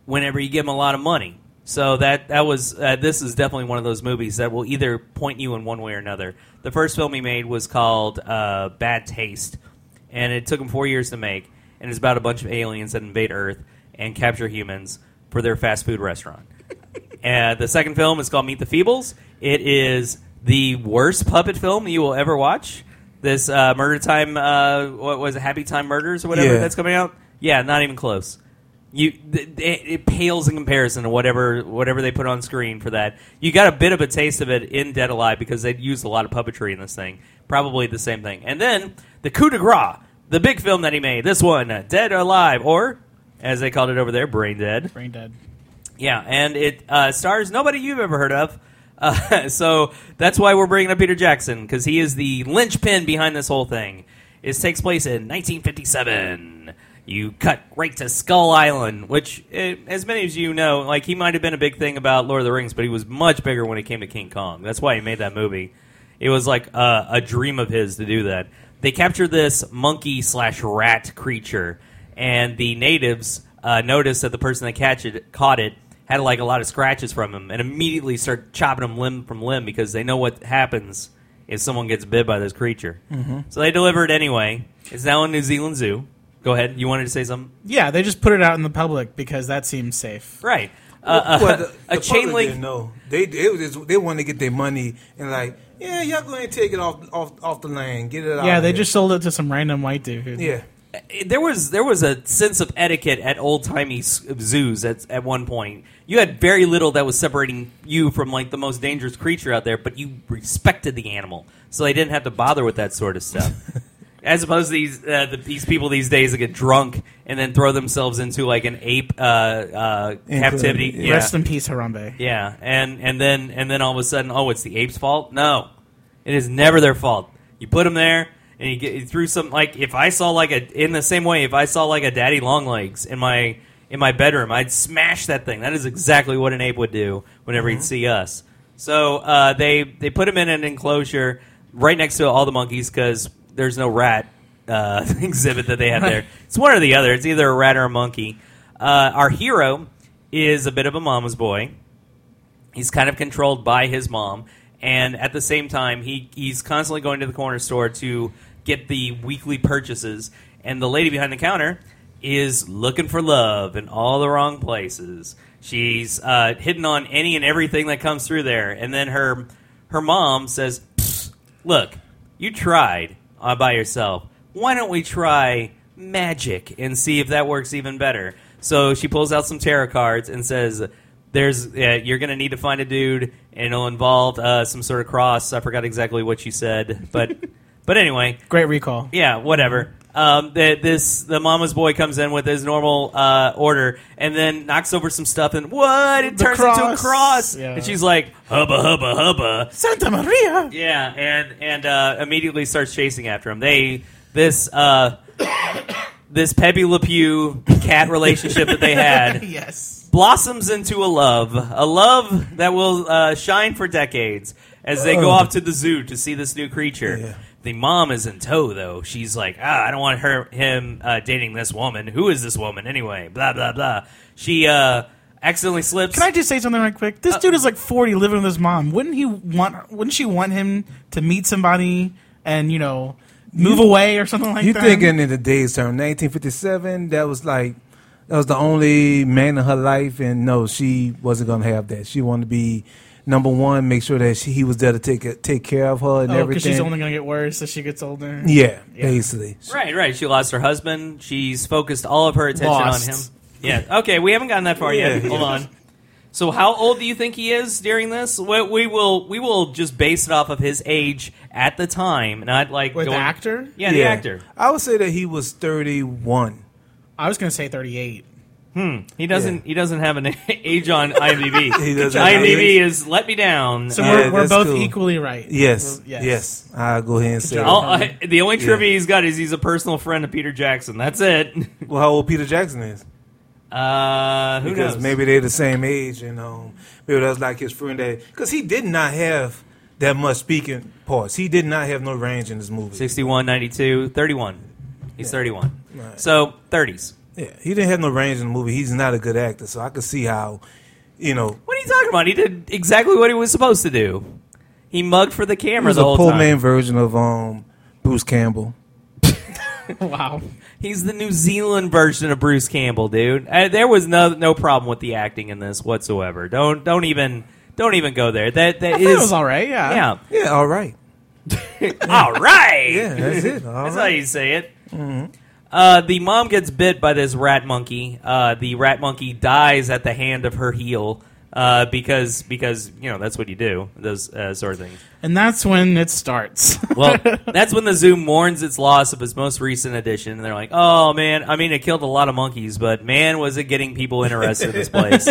[SPEAKER 1] whenever you give him a lot of money. So that that was uh, this is definitely one of those movies that will either point you in one way or another. The first film he made was called uh, Bad Taste, and it took him four years to make, and it's about a bunch of aliens that invade Earth and capture humans for their fast food restaurant. Uh, the second film is called Meet the Feebles. It is the worst puppet film you will ever watch. This uh, Murder Time, uh, what was it, Happy Time Murders or whatever
[SPEAKER 2] Yeah.
[SPEAKER 1] that's coming out? Yeah, not even close. You, th- th- it pales in comparison to whatever whatever they put on screen for that. You got a bit of a taste of it in Dead Alive because they used a lot of puppetry in this thing. Probably the same thing. And then the coup de grace, the big film that he made. This one, uh, Dead or Alive, or as they called it over there, Brain Dead.
[SPEAKER 3] Brain dead.
[SPEAKER 1] Yeah, and it uh, stars nobody you've ever heard of. Uh, <laughs> so that's why we're bringing up Peter Jackson because he is the linchpin behind this whole thing. It takes place in 1957. You cut right to Skull Island, which, eh, as many as you know, like he might have been a big thing about Lord of the Rings, but he was much bigger when it came to King Kong. That's why he made that movie. It was like a, a dream of his to do that. They capture this monkey slash rat creature, and the natives uh, notice that the person that catch it, caught it had like a lot of scratches from him, and immediately start chopping him limb from limb because they know what happens if someone gets bit by this creature.
[SPEAKER 2] Mm-hmm.
[SPEAKER 1] So they deliver it anyway. It's now in New Zealand Zoo. Go ahead. You wanted to say something,
[SPEAKER 3] Yeah, they just put it out in the public because that seems safe.
[SPEAKER 1] right? Uh,
[SPEAKER 2] Well,
[SPEAKER 1] uh,
[SPEAKER 2] the-
[SPEAKER 1] a
[SPEAKER 2] the
[SPEAKER 1] chain
[SPEAKER 2] public
[SPEAKER 1] link
[SPEAKER 2] didn't know. They they was just, they wanted to get their money and like yeah, y'all go ahead and take it off off off the land, get it out.
[SPEAKER 3] Yeah, they
[SPEAKER 2] of here.
[SPEAKER 3] just sold it to some random white dude. who-
[SPEAKER 2] yeah.
[SPEAKER 1] there was there was a sense of etiquette at old timey zoos at at one point. you had very little that was separating you from like the most dangerous creature out there, but you respected the animal, so they didn't have to bother with that sort of stuff. As opposed to these uh, the, these people these days that get drunk and then throw themselves into like an ape uh, uh, captivity. Yeah.
[SPEAKER 3] Rest in peace, Harambe.
[SPEAKER 1] Yeah, and and then and then all of a sudden, oh, it's the ape's fault. No, it is never their fault. You put them there, and you, get, you threw some like if I saw like a in the same way if I saw like a daddy long legs in my in my bedroom, I'd smash that thing. That is exactly what an ape would do whenever he'd see us. So uh, they they put him in an enclosure right next to all the monkeys because there's no rat uh, <laughs> exhibit that they had there. It's one or the other. It's either a rat or a monkey. Uh, our hero is a bit of a mama's boy. He's kind of controlled by his mom, and at the same time, he he's constantly going to the corner store to get the weekly purchases. And the lady behind the counter is looking for love in all the wrong places. She's uh, hitting on any and everything that comes through there, and then her her mom says, "Psst, "Look, you tried uh, by yourself. Why don't we try magic and see if that works even better?" So she pulls out some tarot cards and says, "There's uh, you're going to need to find a dude, and it'll involve uh, some sort of cross. I forgot exactly what she said,
[SPEAKER 3] <laughs>
[SPEAKER 1] but but anyway,
[SPEAKER 3] Great recall.
[SPEAKER 1] yeah, whatever. Um, the, this the mama's boy comes in with his normal uh, order and then knocks over some stuff and what it
[SPEAKER 3] The
[SPEAKER 1] turns into a
[SPEAKER 3] cross.
[SPEAKER 1] cross
[SPEAKER 3] Yeah.
[SPEAKER 1] and she's like hubba hubba hubba
[SPEAKER 3] Santa Maria.
[SPEAKER 1] yeah and and uh, immediately starts chasing after him they this uh, <coughs> this Pepe Le Pew cat relationship that they
[SPEAKER 2] <laughs>
[SPEAKER 1] had
[SPEAKER 3] <laughs> Yes.
[SPEAKER 1] blossoms into a love, a love that will uh, shine for decades as they go off to the zoo to see this new creature. The mom is in tow, though. She's like, ah, I don't want her him uh, dating this woman. Who is this woman anyway? Blah blah blah. She uh, accidentally slips.
[SPEAKER 3] Can I just say something right quick?
[SPEAKER 2] Uh,
[SPEAKER 3] This dude is like 40, living with his mom. Wouldn't he want? Wouldn't she want him to meet somebody and you know move away or something like
[SPEAKER 2] You
[SPEAKER 3] that?
[SPEAKER 2] thinking in the days term, 1957? That was like that was the only man in her life, and no, she wasn't gonna have that. She wanted to be number one, make sure that she, he was there to take take care of her and
[SPEAKER 3] Oh, because
[SPEAKER 2] everything.
[SPEAKER 3] she's only gonna get worse as she gets older.
[SPEAKER 2] yeah, basically.
[SPEAKER 1] Right, right. She lost her husband. She's focused all of her attention
[SPEAKER 3] Lost.
[SPEAKER 1] on him. Yeah. Okay, we haven't gotten that far yet. Hold on. So, how old do you think he is during this? We, we will we will just base it off of his age at the time, not like
[SPEAKER 3] With the
[SPEAKER 1] going-
[SPEAKER 3] actor,
[SPEAKER 1] Yeah, the actor.
[SPEAKER 2] I would say that he was 31.
[SPEAKER 3] I was gonna say 38.
[SPEAKER 1] He doesn't he doesn't have an <laughs> age
[SPEAKER 2] <laughs>
[SPEAKER 1] on IMDb.
[SPEAKER 2] He doesn't have an
[SPEAKER 1] IMDb
[SPEAKER 2] age.
[SPEAKER 1] is let me down. Uh,
[SPEAKER 3] So
[SPEAKER 2] Yeah,
[SPEAKER 3] we're, we're
[SPEAKER 2] that's
[SPEAKER 3] both
[SPEAKER 2] cool.
[SPEAKER 3] equally right.
[SPEAKER 2] Yes,
[SPEAKER 3] We're-
[SPEAKER 2] yes, I'll go ahead and say.
[SPEAKER 3] job.
[SPEAKER 2] that.
[SPEAKER 1] All- I- the only trivia he's got is he's a personal friend of Peter Jackson. That's it. <laughs>
[SPEAKER 2] Well, how old Peter Jackson is?
[SPEAKER 1] Uh, who
[SPEAKER 2] because
[SPEAKER 1] knows?
[SPEAKER 2] maybe they're the same age, and um, maybe that's like his friend that because he did not have that much speaking parts. He did not have no range in this movie.
[SPEAKER 1] 61, 92, 31. He's 31. So 30s.
[SPEAKER 2] Yeah, he didn't have no range in the movie. He's not a good actor, so I could see how, you know,
[SPEAKER 1] What are you talking about? He did exactly what he was supposed to do. He mugged for the camera
[SPEAKER 2] he's
[SPEAKER 1] the
[SPEAKER 2] a
[SPEAKER 1] whole
[SPEAKER 2] poor
[SPEAKER 1] time.
[SPEAKER 2] man version of um Bruce Campbell.
[SPEAKER 3] Wow.
[SPEAKER 1] He's the New Zealand version of Bruce Campbell, dude. Uh, there was no no problem with the acting in this whatsoever. Don't don't even don't even go there. That that
[SPEAKER 3] I thought it
[SPEAKER 1] is-
[SPEAKER 3] was all right. Yeah. <laughs>
[SPEAKER 1] Yeah.
[SPEAKER 2] Yeah, all right.
[SPEAKER 1] all right.
[SPEAKER 2] Yeah,
[SPEAKER 1] <laughs>
[SPEAKER 2] that's it. All
[SPEAKER 1] That's
[SPEAKER 2] right. Mm-hmm.
[SPEAKER 1] how you say it. Uh, the mom gets bit by this rat monkey. Uh, the rat monkey dies at the hand of her heel uh, because because you know that's what you do those uh, sort of things.
[SPEAKER 3] And that's when it starts. <laughs>
[SPEAKER 2] <laughs>
[SPEAKER 1] Well, that's when the zoo mourns its loss of its most recent addition, and they're like, "Oh man, I mean, it killed a lot of monkeys, but man, was it getting people interested in this
[SPEAKER 2] <laughs>
[SPEAKER 1] place."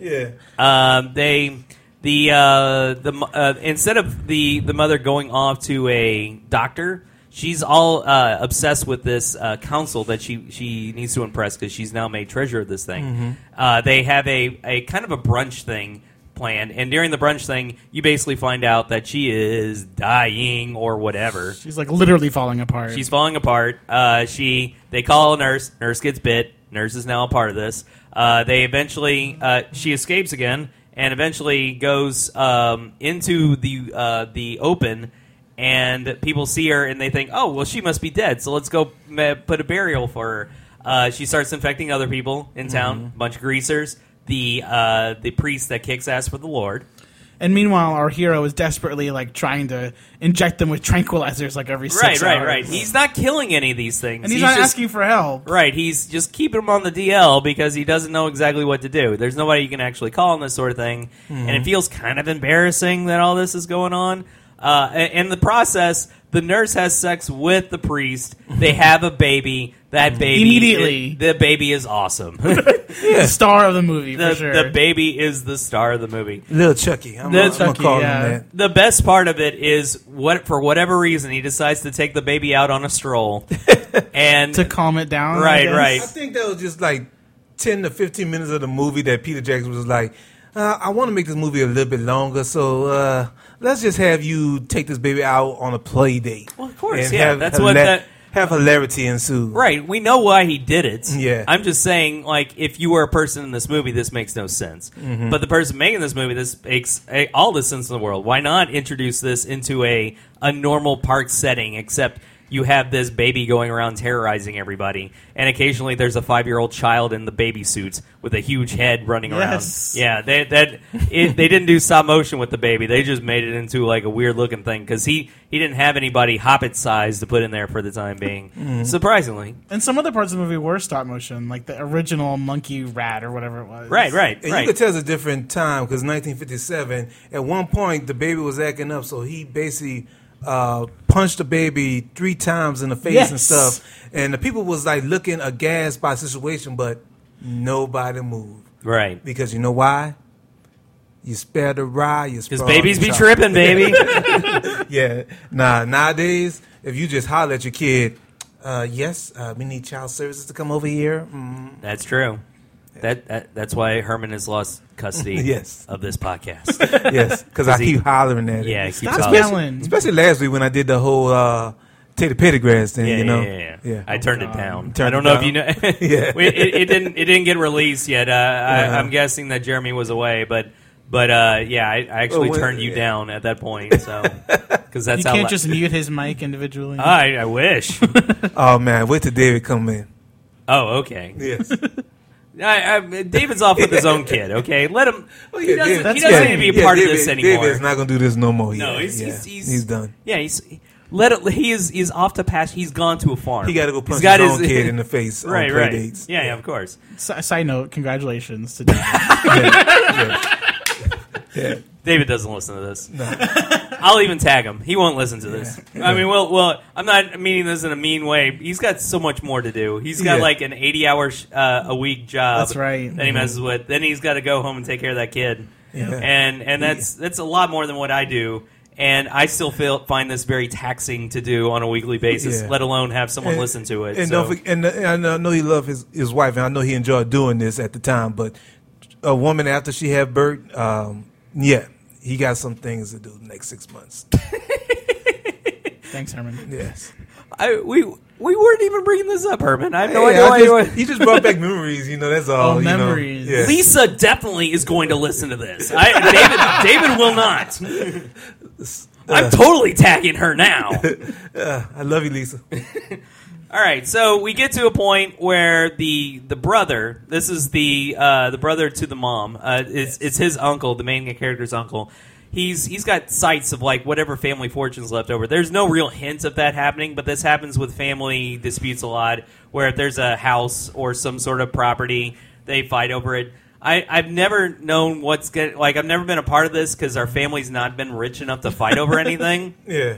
[SPEAKER 2] Yeah,
[SPEAKER 1] Um, they the uh, the mo- uh, instead of the the mother going off to a doctor, she's all uh, obsessed with this uh, council that she she needs to impress because she's now made treasure of this thing. Uh, they have a a kind of a brunch thing planned, and during the brunch thing, you basically find out that she is dying or whatever.
[SPEAKER 3] She's like literally falling apart.
[SPEAKER 1] She's falling apart. Uh, she they call a nurse. Nurse gets bit. Nurse is now a part of this. Uh, they eventually uh, she escapes again and eventually goes um, into the uh, the open. And people see her and they think, oh well, she must be dead. So let's go ma- put a burial for her. Uh, she starts infecting other
[SPEAKER 3] Mm-hmm.
[SPEAKER 1] people in town, bunch of greasers, the uh, the priest that kicks ass for the Lord.
[SPEAKER 3] And meanwhile, our hero is desperately like trying to inject them with tranquilizers like every
[SPEAKER 1] Right,
[SPEAKER 3] six
[SPEAKER 1] right,
[SPEAKER 3] hours.
[SPEAKER 1] right. He's not killing any of these things.
[SPEAKER 3] and he's, not
[SPEAKER 1] just,
[SPEAKER 3] asking for help.
[SPEAKER 1] Right, he's just keeping him on the DL because he doesn't know exactly what to do. There's nobody you can actually call on this sort of thing, and
[SPEAKER 3] Hmm.
[SPEAKER 1] it feels kind of embarrassing that all this is going on. Uh, and, and the process, the nurse has sex with the priest.
[SPEAKER 3] <laughs>
[SPEAKER 1] They have a baby. That baby
[SPEAKER 3] Hmm. Immediately.
[SPEAKER 1] the baby is
[SPEAKER 3] <laughs>
[SPEAKER 1] awesome.
[SPEAKER 3] The star of the movie
[SPEAKER 1] the,
[SPEAKER 3] for sure.
[SPEAKER 1] the baby is the star of the movie.
[SPEAKER 2] Little Chucky. I'm,
[SPEAKER 1] Little
[SPEAKER 2] I'm gonna
[SPEAKER 3] Chucky,
[SPEAKER 2] call
[SPEAKER 3] yeah.
[SPEAKER 2] him that.
[SPEAKER 1] The best part of it is what for whatever reason he decides to take the baby out on a stroll,
[SPEAKER 3] <laughs>
[SPEAKER 1] and
[SPEAKER 3] to calm it down. I
[SPEAKER 1] Right,
[SPEAKER 3] guess.
[SPEAKER 1] right.
[SPEAKER 2] I think that was just like ten to fifteen minutes of the movie that Peter Jackson was like, uh, I want to make this movie a little bit longer, so uh, let's just have you take this baby out on a play date.
[SPEAKER 1] Well, of course, yeah, that's what
[SPEAKER 2] hila-
[SPEAKER 1] that-
[SPEAKER 2] have hilarity ensue.
[SPEAKER 1] right, we know why he did it.
[SPEAKER 2] Yeah.
[SPEAKER 1] I'm just saying, like, if you were a person in this movie, this makes no sense. But the person making this movie, this makes a, all the sense in the world. Why not introduce this into a a normal park setting, except. You have this baby going around terrorizing everybody, and occasionally there's a five-year-old child in the baby suit with a huge head running
[SPEAKER 3] Yes.
[SPEAKER 1] around. Yeah, Yeah, they that it, they didn't do stop motion with the baby. They just made it into like a weird looking thing because he he didn't have anybody hobbit size to put in there for the time being.
[SPEAKER 2] Mm-hmm.
[SPEAKER 1] Surprisingly,
[SPEAKER 3] And some other parts of the movie were stop motion, like the original monkey rat or whatever it was.
[SPEAKER 1] right, right,
[SPEAKER 2] And
[SPEAKER 1] right.
[SPEAKER 2] you could tell it's a different time because 1957. At one point, the baby was acting up, so he basically uh, punched the baby three times in the face and
[SPEAKER 3] Yes.
[SPEAKER 2] stuff. And the people was like looking aghast by the situation, but nobody moved
[SPEAKER 1] right.
[SPEAKER 2] because you know why? You spare the rye, you spare
[SPEAKER 1] Because babies
[SPEAKER 2] the
[SPEAKER 1] be
[SPEAKER 2] child. <laughs>
[SPEAKER 1] tripping, baby.
[SPEAKER 2] Yeah, nah. Nowadays, if you just holler at your kid, uh, yes, uh, we need child services to come over here.
[SPEAKER 1] <laughs>
[SPEAKER 2] Mm.
[SPEAKER 1] that's true. That, that that's why Herman has lost custody.
[SPEAKER 2] <laughs> Yes.
[SPEAKER 1] of this
[SPEAKER 2] <laughs>
[SPEAKER 1] podcast.
[SPEAKER 2] Yes, because I
[SPEAKER 1] he-
[SPEAKER 2] keep hollering at it.
[SPEAKER 1] yeah, keep
[SPEAKER 3] Stop
[SPEAKER 1] talking.
[SPEAKER 3] yelling.
[SPEAKER 2] Especially last week when I did the whole uh, Teddy Pettigrass thing,
[SPEAKER 1] Yeah,
[SPEAKER 2] you know.
[SPEAKER 1] yeah, yeah, yeah. I turned
[SPEAKER 3] Um,
[SPEAKER 1] it down.
[SPEAKER 2] Turned
[SPEAKER 1] I don't
[SPEAKER 2] it
[SPEAKER 1] know
[SPEAKER 2] down.
[SPEAKER 1] if you know. <laughs>
[SPEAKER 2] <laughs> Yeah. Uh-huh.
[SPEAKER 1] We- it, it didn't. It didn't get released yet. Uh, I, I'm guessing that Jeremy was away, but but uh, yeah, I, I actually
[SPEAKER 2] Well, when-
[SPEAKER 1] turned you
[SPEAKER 2] yeah.
[SPEAKER 1] down at that point.
[SPEAKER 2] <laughs>
[SPEAKER 1] So because that's
[SPEAKER 3] You
[SPEAKER 1] how.
[SPEAKER 3] can't
[SPEAKER 1] la-
[SPEAKER 3] just mute his mic individually.
[SPEAKER 1] I, I
[SPEAKER 3] <laughs>
[SPEAKER 1] wish.
[SPEAKER 2] Oh man, wait till David come in.
[SPEAKER 1] oh, okay. <laughs>
[SPEAKER 2] Yes,
[SPEAKER 1] I, I, David's off with his own kid. Okay, let him. he doesn't,
[SPEAKER 2] David-
[SPEAKER 1] he
[SPEAKER 3] that's
[SPEAKER 1] doesn't
[SPEAKER 3] fine.
[SPEAKER 1] need to be a part
[SPEAKER 2] David,
[SPEAKER 1] of this anymore.
[SPEAKER 2] David's not gonna do this no more.
[SPEAKER 1] no,
[SPEAKER 2] Yeah,
[SPEAKER 1] he's,
[SPEAKER 2] yeah.
[SPEAKER 1] he's, he's
[SPEAKER 2] done.
[SPEAKER 1] Yeah, he's let it. He is he's off to pass. He's gone to a farm.
[SPEAKER 2] He got to go
[SPEAKER 1] He's
[SPEAKER 2] punch
[SPEAKER 1] got
[SPEAKER 2] his own
[SPEAKER 1] <laughs>
[SPEAKER 2] kid in the face
[SPEAKER 1] right,
[SPEAKER 2] on play
[SPEAKER 1] right.
[SPEAKER 2] dates.
[SPEAKER 1] Yeah, yeah, of course.
[SPEAKER 3] S- side note: Congratulations to
[SPEAKER 1] <laughs>
[SPEAKER 3] Dan.
[SPEAKER 1] David doesn't listen to this. <laughs> I'll even tag him. He won't listen to this. I mean, well, well, I'm not meaning this in a mean way. He's got so much more to do. He's got
[SPEAKER 2] Yeah. Mm-hmm.
[SPEAKER 1] like an 80 hour sh- uh, a week job.
[SPEAKER 3] That's right.
[SPEAKER 1] That he messes with. Then he's got to go home and take care of that kid. And and that's that's a lot more than what I do. And I still feel find this very taxing to do on a weekly basis.
[SPEAKER 2] Yeah.
[SPEAKER 1] Let alone have someone
[SPEAKER 2] And-
[SPEAKER 1] listen to it.
[SPEAKER 2] And
[SPEAKER 1] so.
[SPEAKER 2] don't forget, and, uh, and I know he loved his, his wife, and I know he enjoyed doing this at the time. But a woman after she had Bert, um, yeah, he got some things to do the next six months.
[SPEAKER 3] Thanks, Herman.
[SPEAKER 2] Yes,
[SPEAKER 1] I, we we weren't even bringing this up, Herman. I have no
[SPEAKER 2] Hey,
[SPEAKER 1] idea
[SPEAKER 2] I
[SPEAKER 1] why you were.
[SPEAKER 2] just, <laughs> he just brought back memories. You know, that's all.
[SPEAKER 3] Oh,
[SPEAKER 2] you know.
[SPEAKER 3] memories.
[SPEAKER 2] Yeah.
[SPEAKER 1] Lisa definitely is going to listen to this. I, David, David will not. I'm totally tagging her now.
[SPEAKER 2] I love you, Lisa.
[SPEAKER 1] All right, so we get to a point where the the brother, this is the uh, the brother to the mom, uh, it's it's his uncle, the main character's uncle. He's he's got sights of like whatever family fortunes left over. There's no real hint of that happening, but this happens with family disputes a lot, where if there's a house or some sort of property, they fight over it. I, I've never known what's good. Like I've never been a part of this because our family's not been rich enough to fight over anything
[SPEAKER 2] Yeah.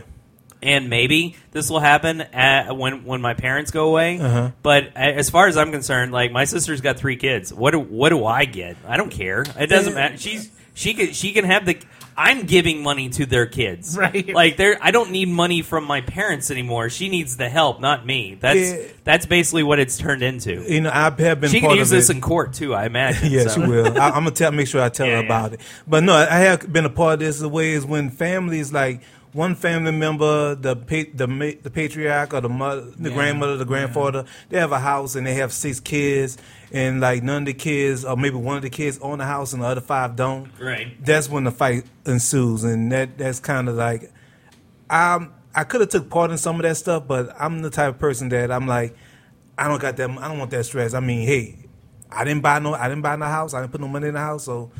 [SPEAKER 1] and maybe this will happen at, when when my parents go away.
[SPEAKER 2] Uh-huh.
[SPEAKER 1] But a- as far as I'm concerned, like my sister's got three kids. What do, what do I get? I don't care. It doesn't matter. She's she can she can have the. I'm giving money to their
[SPEAKER 2] <laughs>
[SPEAKER 1] kids.
[SPEAKER 3] Right.
[SPEAKER 1] Like they I don't need money from my parents anymore. She needs the help, not me. That's
[SPEAKER 2] Yeah.
[SPEAKER 1] that's basically what it's turned into.
[SPEAKER 2] You know, I have been
[SPEAKER 1] She
[SPEAKER 2] part
[SPEAKER 1] can use
[SPEAKER 2] of it.
[SPEAKER 1] this in court too, I
[SPEAKER 2] <laughs>
[SPEAKER 1] imagine.
[SPEAKER 2] Yes,
[SPEAKER 1] so.
[SPEAKER 2] you will. I, I'm gonna tell, make sure I tell
[SPEAKER 1] Yeah,
[SPEAKER 2] her
[SPEAKER 1] yeah.
[SPEAKER 2] about it. But no, I have been a part of this. The way is when families like one family member, the pa- the ma- the patriarch or the mother, the grandmother, the grandfather, they have a house and they have six kids, and like none of the kids, or maybe one of the kids own the house and the other five don't.
[SPEAKER 1] Right.
[SPEAKER 2] That's when the fight ensues, and that that's kind of like I'm I could have took part in some of that stuff, but I'm the type of person that I'm like, I don't got that. I don't want that stress. I mean, hey, I didn't buy no. I didn't buy no house. I didn't put no money in the house, so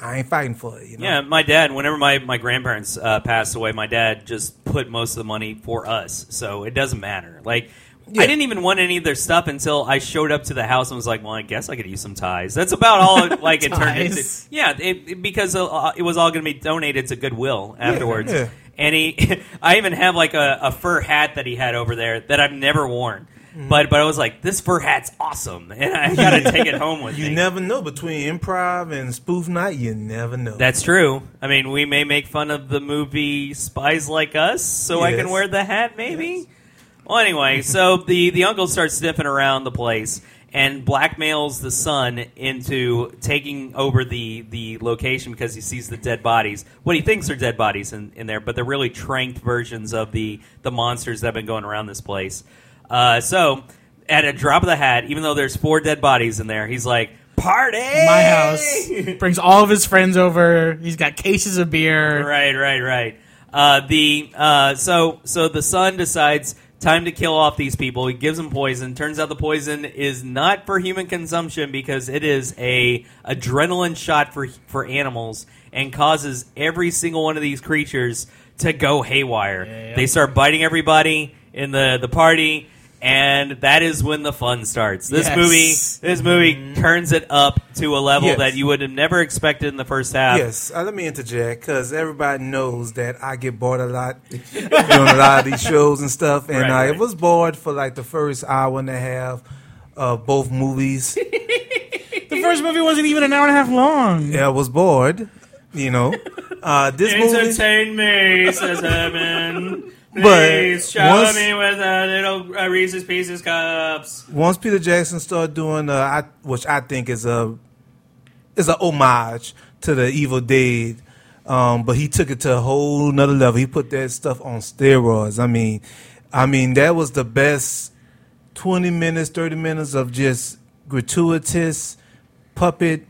[SPEAKER 2] I ain't fighting for it. You know?
[SPEAKER 1] Yeah, my dad. Whenever my my grandparents uh, passed away, my dad just put most of the money for us, so it doesn't matter. Like. I
[SPEAKER 2] Yeah.
[SPEAKER 1] didn't even want any of their stuff until I showed up to the house and was like, "Well, I guess I could use some ties." That's about all. It, like it turned into,
[SPEAKER 3] Ties.
[SPEAKER 1] yeah, it, it- because uh, it was all going to be donated to Goodwill afterwards.
[SPEAKER 2] yeah.
[SPEAKER 1] And he, <laughs> I even have like a, a fur hat that he had over there that I've never worn,
[SPEAKER 2] Mm-hmm.
[SPEAKER 1] but but I was like, "This fur hat's awesome," <laughs> and I got to take it home with
[SPEAKER 2] You
[SPEAKER 1] me.
[SPEAKER 2] never know between improv and spoof night. You never know.
[SPEAKER 1] That's true. I mean, we may make fun of the movie Spies Like Us, so I can
[SPEAKER 2] Yes.
[SPEAKER 1] wear the hat, maybe. Well, anyway, so the the uncle starts sniffing around the place and blackmails the son into taking over the the location because he sees the dead bodies. What he thinks are dead bodies in, in there, but they're really tranked versions of the the monsters that have been going around this place. Uh, so, at a drop of the hat, even though there's four dead bodies in there, he's like. Party!
[SPEAKER 3] my
[SPEAKER 1] <laughs>
[SPEAKER 3] house. Brings all of his friends over. He's got cases of beer.
[SPEAKER 1] Right, right, right. Uh, the uh, so so the son decides time to kill off these people. He gives them poison. Turns out the poison is not for human consumption because it is a adrenaline shot for for animals and causes every single one of these creatures to go haywire. They start biting everybody in the the party. And that is when the fun starts. This
[SPEAKER 3] Yes.
[SPEAKER 1] movie, this movie turns it up to a level
[SPEAKER 2] Mm-hmm. Yes.
[SPEAKER 1] that you would have never expected in the first half.
[SPEAKER 2] Yes, uh, let me interject because everybody knows that I get bored
[SPEAKER 1] <laughs>
[SPEAKER 2] a lot doing a lot of these shows and stuff, and
[SPEAKER 1] Right,
[SPEAKER 2] I
[SPEAKER 1] right.
[SPEAKER 2] was bored for like the first hour and a half of both movies.
[SPEAKER 3] The first movie wasn't even an hour and a half long.
[SPEAKER 2] yeah, I was bored,
[SPEAKER 1] <laughs>
[SPEAKER 2] you know. Uh, this movie,
[SPEAKER 1] Entertain me, says
[SPEAKER 3] <laughs>
[SPEAKER 1] Herman.
[SPEAKER 2] But
[SPEAKER 1] Please shower
[SPEAKER 2] once-
[SPEAKER 1] me with a little uh, Reese's Pieces cups.
[SPEAKER 2] once Peter Jackson started doing, uh, I, which I think is a is a homage to the Evil Dead. Um, but he took it to a whole nother level. He put that stuff on steroids. I mean, I mean that was the best 20 minutes, 30 minutes of just gratuitous, puppet,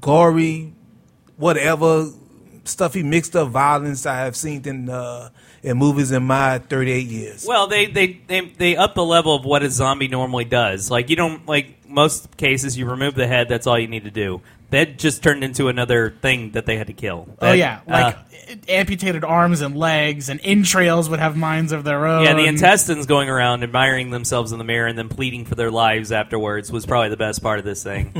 [SPEAKER 2] gory, whatever stuff he mixed up violence I have seen in uh, in movies in my 38 years.
[SPEAKER 1] Well, they they, they they up the level of what a zombie normally does. Like you don't like most cases, you remove the head. That's all you need to do. That just turned into another thing that they had to kill.
[SPEAKER 3] Oh
[SPEAKER 1] That,
[SPEAKER 3] yeah, like
[SPEAKER 1] uh,
[SPEAKER 3] amputated arms and legs, and entrails would have minds of their own.
[SPEAKER 1] yeah, the intestines going around admiring themselves in the mirror and then pleading for their lives afterwards was probably the best part of this
[SPEAKER 3] <laughs>
[SPEAKER 1] thing.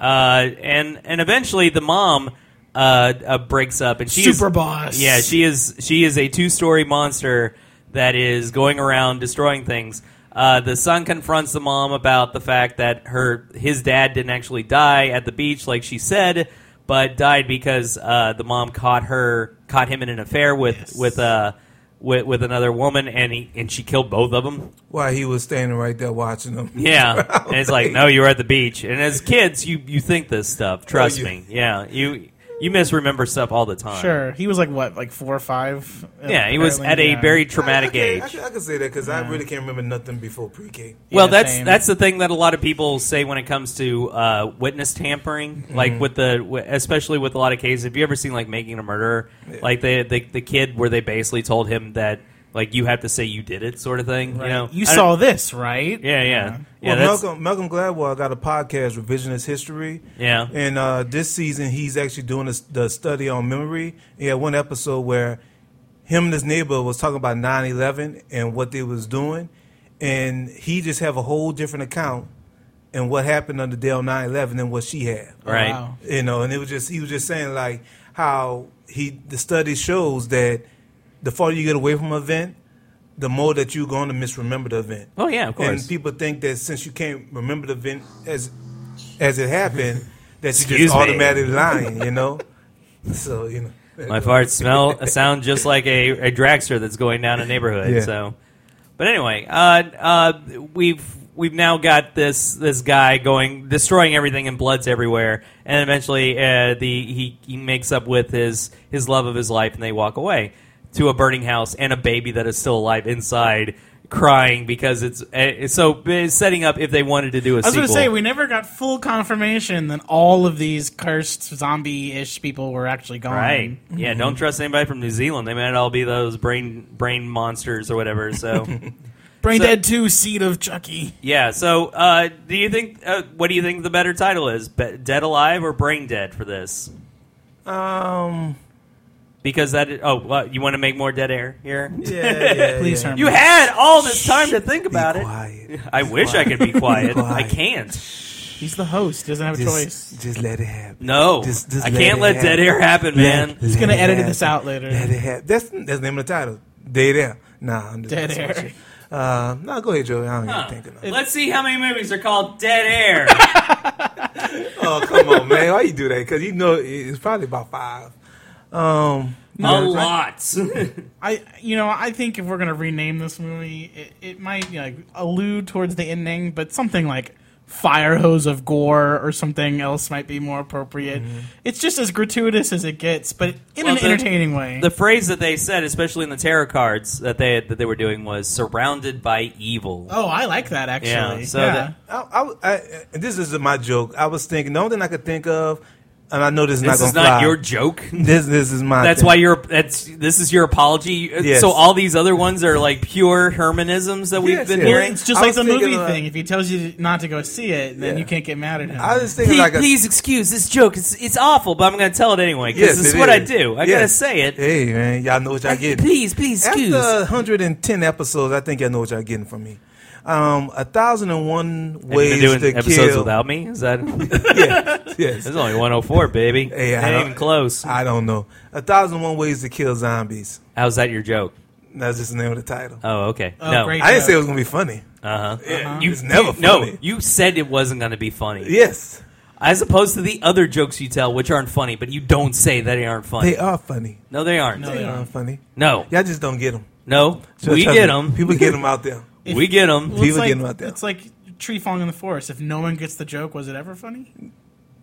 [SPEAKER 1] uh, and and eventually the mom uh, uh, breaks up and she's
[SPEAKER 3] Super boss.
[SPEAKER 1] Yeah, she is she is a two story monster that is going around destroying things. Uh, the son confronts the mom about the fact that her his dad didn't actually die at the beach like she said, but died because uh, the mom caught her caught him in an affair with with uh, with, with another woman and he, and she killed both of them.
[SPEAKER 2] While he was standing right there watching them. <laughs>
[SPEAKER 1] Yeah, and it's like no, you were at the beach. And as kids, you you think this stuff. Trust
[SPEAKER 2] you-
[SPEAKER 1] me. Yeah, you you misremember stuff all the time.
[SPEAKER 3] Sure, he was like what, like four or five.
[SPEAKER 1] Yeah, he was at a very traumatic
[SPEAKER 2] I,
[SPEAKER 1] age.
[SPEAKER 2] I, can, I can say that because I really can't remember nothing before pre-K.
[SPEAKER 1] Well,
[SPEAKER 3] Yeah,
[SPEAKER 1] that's
[SPEAKER 3] same.
[SPEAKER 1] that's the thing that a lot of people say when it comes to uh, witness tampering,
[SPEAKER 2] Mm-hmm.
[SPEAKER 1] like with the wi- especially with a lot of cases. Have you ever seen like Making a Murderer, like the, the the kid where they basically told him that like you have to say you did it, sort of thing. You know,
[SPEAKER 3] You
[SPEAKER 1] I don't-
[SPEAKER 3] saw this, right?
[SPEAKER 1] yeah, yeah, yeah.
[SPEAKER 2] well,
[SPEAKER 1] that's,
[SPEAKER 2] Malcolm, Malcolm Gladwell got a podcast, Revisionist History.
[SPEAKER 1] Yeah.
[SPEAKER 2] And uh, this season, he's actually doing this, the study on memory. He had one episode where him and his neighbor was talking about 9-11 and what they was doing. And he just have a whole different account and what happened on the day on 9-11 than what she had.
[SPEAKER 1] right.
[SPEAKER 3] Wow.
[SPEAKER 2] you know and it was just he was just saying like how he the study shows that the farther you get away from an event the more that you're going to misremember the event
[SPEAKER 1] Oh yeah, of course.
[SPEAKER 2] and people think that since you can't remember the event as as
[SPEAKER 1] <laughs>
[SPEAKER 2] it happened that you're
[SPEAKER 1] Excuse
[SPEAKER 2] just
[SPEAKER 1] me.
[SPEAKER 2] automatically lying you know so you know
[SPEAKER 1] My farts smell sound just like a, a dragster that's going down a neighborhood.
[SPEAKER 2] Yeah.
[SPEAKER 1] So, but anyway, uh, uh, we've we've now got this this guy going destroying everything and bloods everywhere, and eventually uh, the he, he makes up with his his love of his life, and they walk away to a burning house and a baby that is still alive inside. Crying because it's uh, so it's setting up if they wanted to do a
[SPEAKER 3] I was
[SPEAKER 1] sequel.
[SPEAKER 3] going to say we never got full confirmation that all of these cursed zombie-ish people were actually gone.
[SPEAKER 1] Right. Yeah. Don't trust anybody from New Zealand. They might all be those brain brain monsters or whatever.
[SPEAKER 3] <laughs>
[SPEAKER 1] So
[SPEAKER 3] Brain
[SPEAKER 1] So-
[SPEAKER 3] Dead Two, Seed of Chucky.
[SPEAKER 1] yeah. So uh, do you think? Uh, what do you think the better title is? Be- Dead Alive or Brain Dead for this?
[SPEAKER 2] Um.
[SPEAKER 1] Because that. Is, oh, what, you want to make more dead air here?
[SPEAKER 2] Yeah. yeah
[SPEAKER 3] Please,
[SPEAKER 2] yeah.
[SPEAKER 3] Herman.
[SPEAKER 1] You had all this time to think about
[SPEAKER 2] Be
[SPEAKER 1] it.
[SPEAKER 2] quiet.
[SPEAKER 1] I wish I could be quiet. I
[SPEAKER 2] quiet. <laughs>
[SPEAKER 1] can't.
[SPEAKER 3] He's the host. He doesn't have a choice.
[SPEAKER 2] Just, just let it happen.
[SPEAKER 1] No,
[SPEAKER 2] Just, just
[SPEAKER 1] I
[SPEAKER 2] let
[SPEAKER 1] can't
[SPEAKER 2] it
[SPEAKER 1] let
[SPEAKER 2] happen.
[SPEAKER 1] dead air happen,
[SPEAKER 2] Let-
[SPEAKER 1] man.
[SPEAKER 2] let
[SPEAKER 3] gonna
[SPEAKER 2] it
[SPEAKER 3] edit this
[SPEAKER 2] happen.
[SPEAKER 3] out later.
[SPEAKER 2] Let it happen. That's that's the name of the title. Dead air. Nah, I'm just
[SPEAKER 3] Dead
[SPEAKER 2] messing with
[SPEAKER 3] air.
[SPEAKER 2] you. Uh, no, go ahead, Joey. I don't even think of nothing.
[SPEAKER 1] Let's see how many movies are called Dead
[SPEAKER 2] <laughs>
[SPEAKER 1] Air.
[SPEAKER 2] Oh, come on, man. Why you do that? Because you know it's probably about five. Um,
[SPEAKER 1] A
[SPEAKER 2] yeah,
[SPEAKER 1] lot.
[SPEAKER 3] I, you know, I think if we're gonna rename this movie, it, it might like allude towards the ending, but something like fire hose of gore or something else might be more appropriate. It's just as gratuitous as it gets, but in
[SPEAKER 1] Mm-hmm. Well,
[SPEAKER 3] an
[SPEAKER 1] the-
[SPEAKER 3] entertaining way.
[SPEAKER 1] <laughs> the phrase that they said, especially in the tarot cards that they that they were doing, was "surrounded by evil."
[SPEAKER 3] oh, I like that actually.
[SPEAKER 1] Yeah,
[SPEAKER 3] Yeah.
[SPEAKER 1] so that-
[SPEAKER 2] I, I, I, this is my joke. I was thinking, the only thing I could think of, and I know this is not
[SPEAKER 1] this
[SPEAKER 2] going
[SPEAKER 1] is
[SPEAKER 2] to
[SPEAKER 1] not
[SPEAKER 2] fly.
[SPEAKER 1] your joke.
[SPEAKER 2] This, this is my.
[SPEAKER 1] That's
[SPEAKER 2] thing.
[SPEAKER 1] why you're. That's this is your apology. Uh,
[SPEAKER 2] Yes.
[SPEAKER 1] So all these other ones are like pure Hermanisms that we've
[SPEAKER 2] Yes,
[SPEAKER 1] been
[SPEAKER 2] yes.
[SPEAKER 1] hearing.
[SPEAKER 3] it's just
[SPEAKER 2] I
[SPEAKER 3] like
[SPEAKER 2] was
[SPEAKER 3] the
[SPEAKER 2] thinking
[SPEAKER 3] movie
[SPEAKER 2] about-
[SPEAKER 3] thing. If he tells you not to go see it, then
[SPEAKER 2] Yeah.
[SPEAKER 3] you can't get mad at him.
[SPEAKER 2] I was thinking
[SPEAKER 1] Please,
[SPEAKER 2] like a,
[SPEAKER 1] please excuse this joke. It's it's awful, but I'm going to tell it anyway because
[SPEAKER 2] Yes,
[SPEAKER 1] this is
[SPEAKER 2] it
[SPEAKER 1] what I
[SPEAKER 2] is.
[SPEAKER 1] do. I
[SPEAKER 2] Yes.
[SPEAKER 1] got to say it.
[SPEAKER 2] Hey man, y'all know what y'all getting.
[SPEAKER 1] Please, please excuse.
[SPEAKER 2] After 110 episodes, I think y'all know what y'all getting from me. Um, a thousand and one
[SPEAKER 1] Have you
[SPEAKER 2] ways
[SPEAKER 1] been doing
[SPEAKER 2] to
[SPEAKER 1] episodes
[SPEAKER 2] kill.
[SPEAKER 1] without me? Is that?
[SPEAKER 2] <laughs>
[SPEAKER 1] <laughs>
[SPEAKER 2] yeah, yes.
[SPEAKER 1] It's only 104, baby.
[SPEAKER 2] Hey, I
[SPEAKER 1] Ain't
[SPEAKER 2] don't-
[SPEAKER 1] even close.
[SPEAKER 2] I don't know. A thousand and one ways to kill zombies.
[SPEAKER 1] How's that your joke?
[SPEAKER 2] That's just the name of the title.
[SPEAKER 1] Oh, okay.
[SPEAKER 3] Oh,
[SPEAKER 1] no,
[SPEAKER 3] great.
[SPEAKER 2] I didn't say it was gonna be funny.
[SPEAKER 1] Uh-huh.
[SPEAKER 2] You, it's never funny.
[SPEAKER 1] No, you said it wasn't going to be funny.
[SPEAKER 2] Yes,
[SPEAKER 1] As opposed to the other jokes you tell, which aren't funny, but you don't say that they aren't funny.
[SPEAKER 2] they are funny.
[SPEAKER 1] No, they aren't.
[SPEAKER 3] No,
[SPEAKER 2] They are funny.
[SPEAKER 1] No,
[SPEAKER 2] Y'all just don't get them.
[SPEAKER 1] no. we
[SPEAKER 2] <laughs>
[SPEAKER 1] get them.
[SPEAKER 2] People get them
[SPEAKER 1] <laughs>
[SPEAKER 2] out there.
[SPEAKER 1] we get them.
[SPEAKER 3] Well, it's
[SPEAKER 2] People
[SPEAKER 3] like,
[SPEAKER 2] getting out there.
[SPEAKER 3] It's like tree falling in the forest. If no one gets the joke, was it ever funny?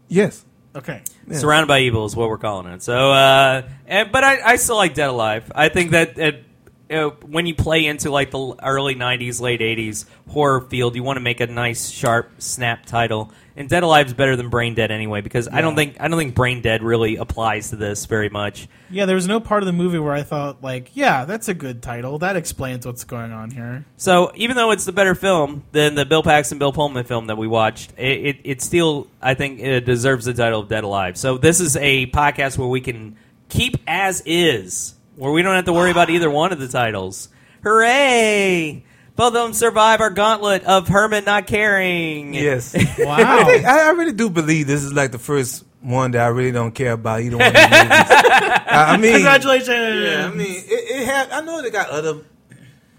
[SPEAKER 2] Yes.
[SPEAKER 3] Okay.
[SPEAKER 2] Yeah.
[SPEAKER 1] Surrounded by evil is what we're calling it. So, uh, and, but I, I still like Dead Alive. I think that it, uh when you play into like the early '90s, late '80s horror field, you want to make a nice, sharp, snap title. And Dead Alive is better than Brain Dead anyway, because I don't think I don't think Brain Dead really applies to this very much.
[SPEAKER 3] Yeah, there was no part of the movie where I thought like, yeah, that's a good title. That explains what's going on here.
[SPEAKER 1] So even though it's the better film than the Bill Paxton Bill Pullman film that we watched, it, it, it still I think it deserves the title of Dead Alive. So this is a podcast where we can keep as is, where we don't have to worry about either one of the titles. Hooray! Both of them survive our gauntlet of Herman not caring. <laughs>
[SPEAKER 2] Yes. I, think,
[SPEAKER 3] Wow.
[SPEAKER 2] I I really do believe this is like the first one that I really don't care about
[SPEAKER 1] <laughs>
[SPEAKER 2] either one. Of these movies. I I mean,
[SPEAKER 3] Congratulations.
[SPEAKER 2] Yeah, I mean, it, it had. I know they got other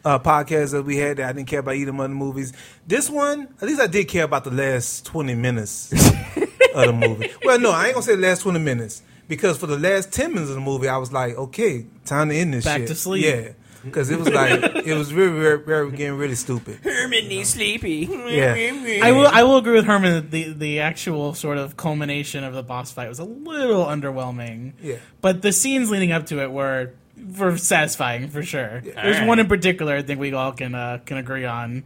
[SPEAKER 2] uh, podcasts that we had that I didn't care about either one of the movies. This one, at least I did care about the last twenty minutes of the movie. Well, no, I ain't gonna say the last twenty minutes because for the last ten minutes of the movie, I was like, okay, time to end this.
[SPEAKER 3] Back
[SPEAKER 2] shit.
[SPEAKER 3] to sleep.
[SPEAKER 2] Yeah, because it was like it was really, very, very getting really stupid.
[SPEAKER 1] Herman needs sleepy.
[SPEAKER 2] Yeah.
[SPEAKER 3] I will I will agree with Herman that the, the actual sort of culmination of the boss fight was a little underwhelming.
[SPEAKER 2] Yeah.
[SPEAKER 3] But the scenes leading up to it were were satisfying for sure. There's
[SPEAKER 1] Alright.
[SPEAKER 3] one in particular I think we all can uh, can agree on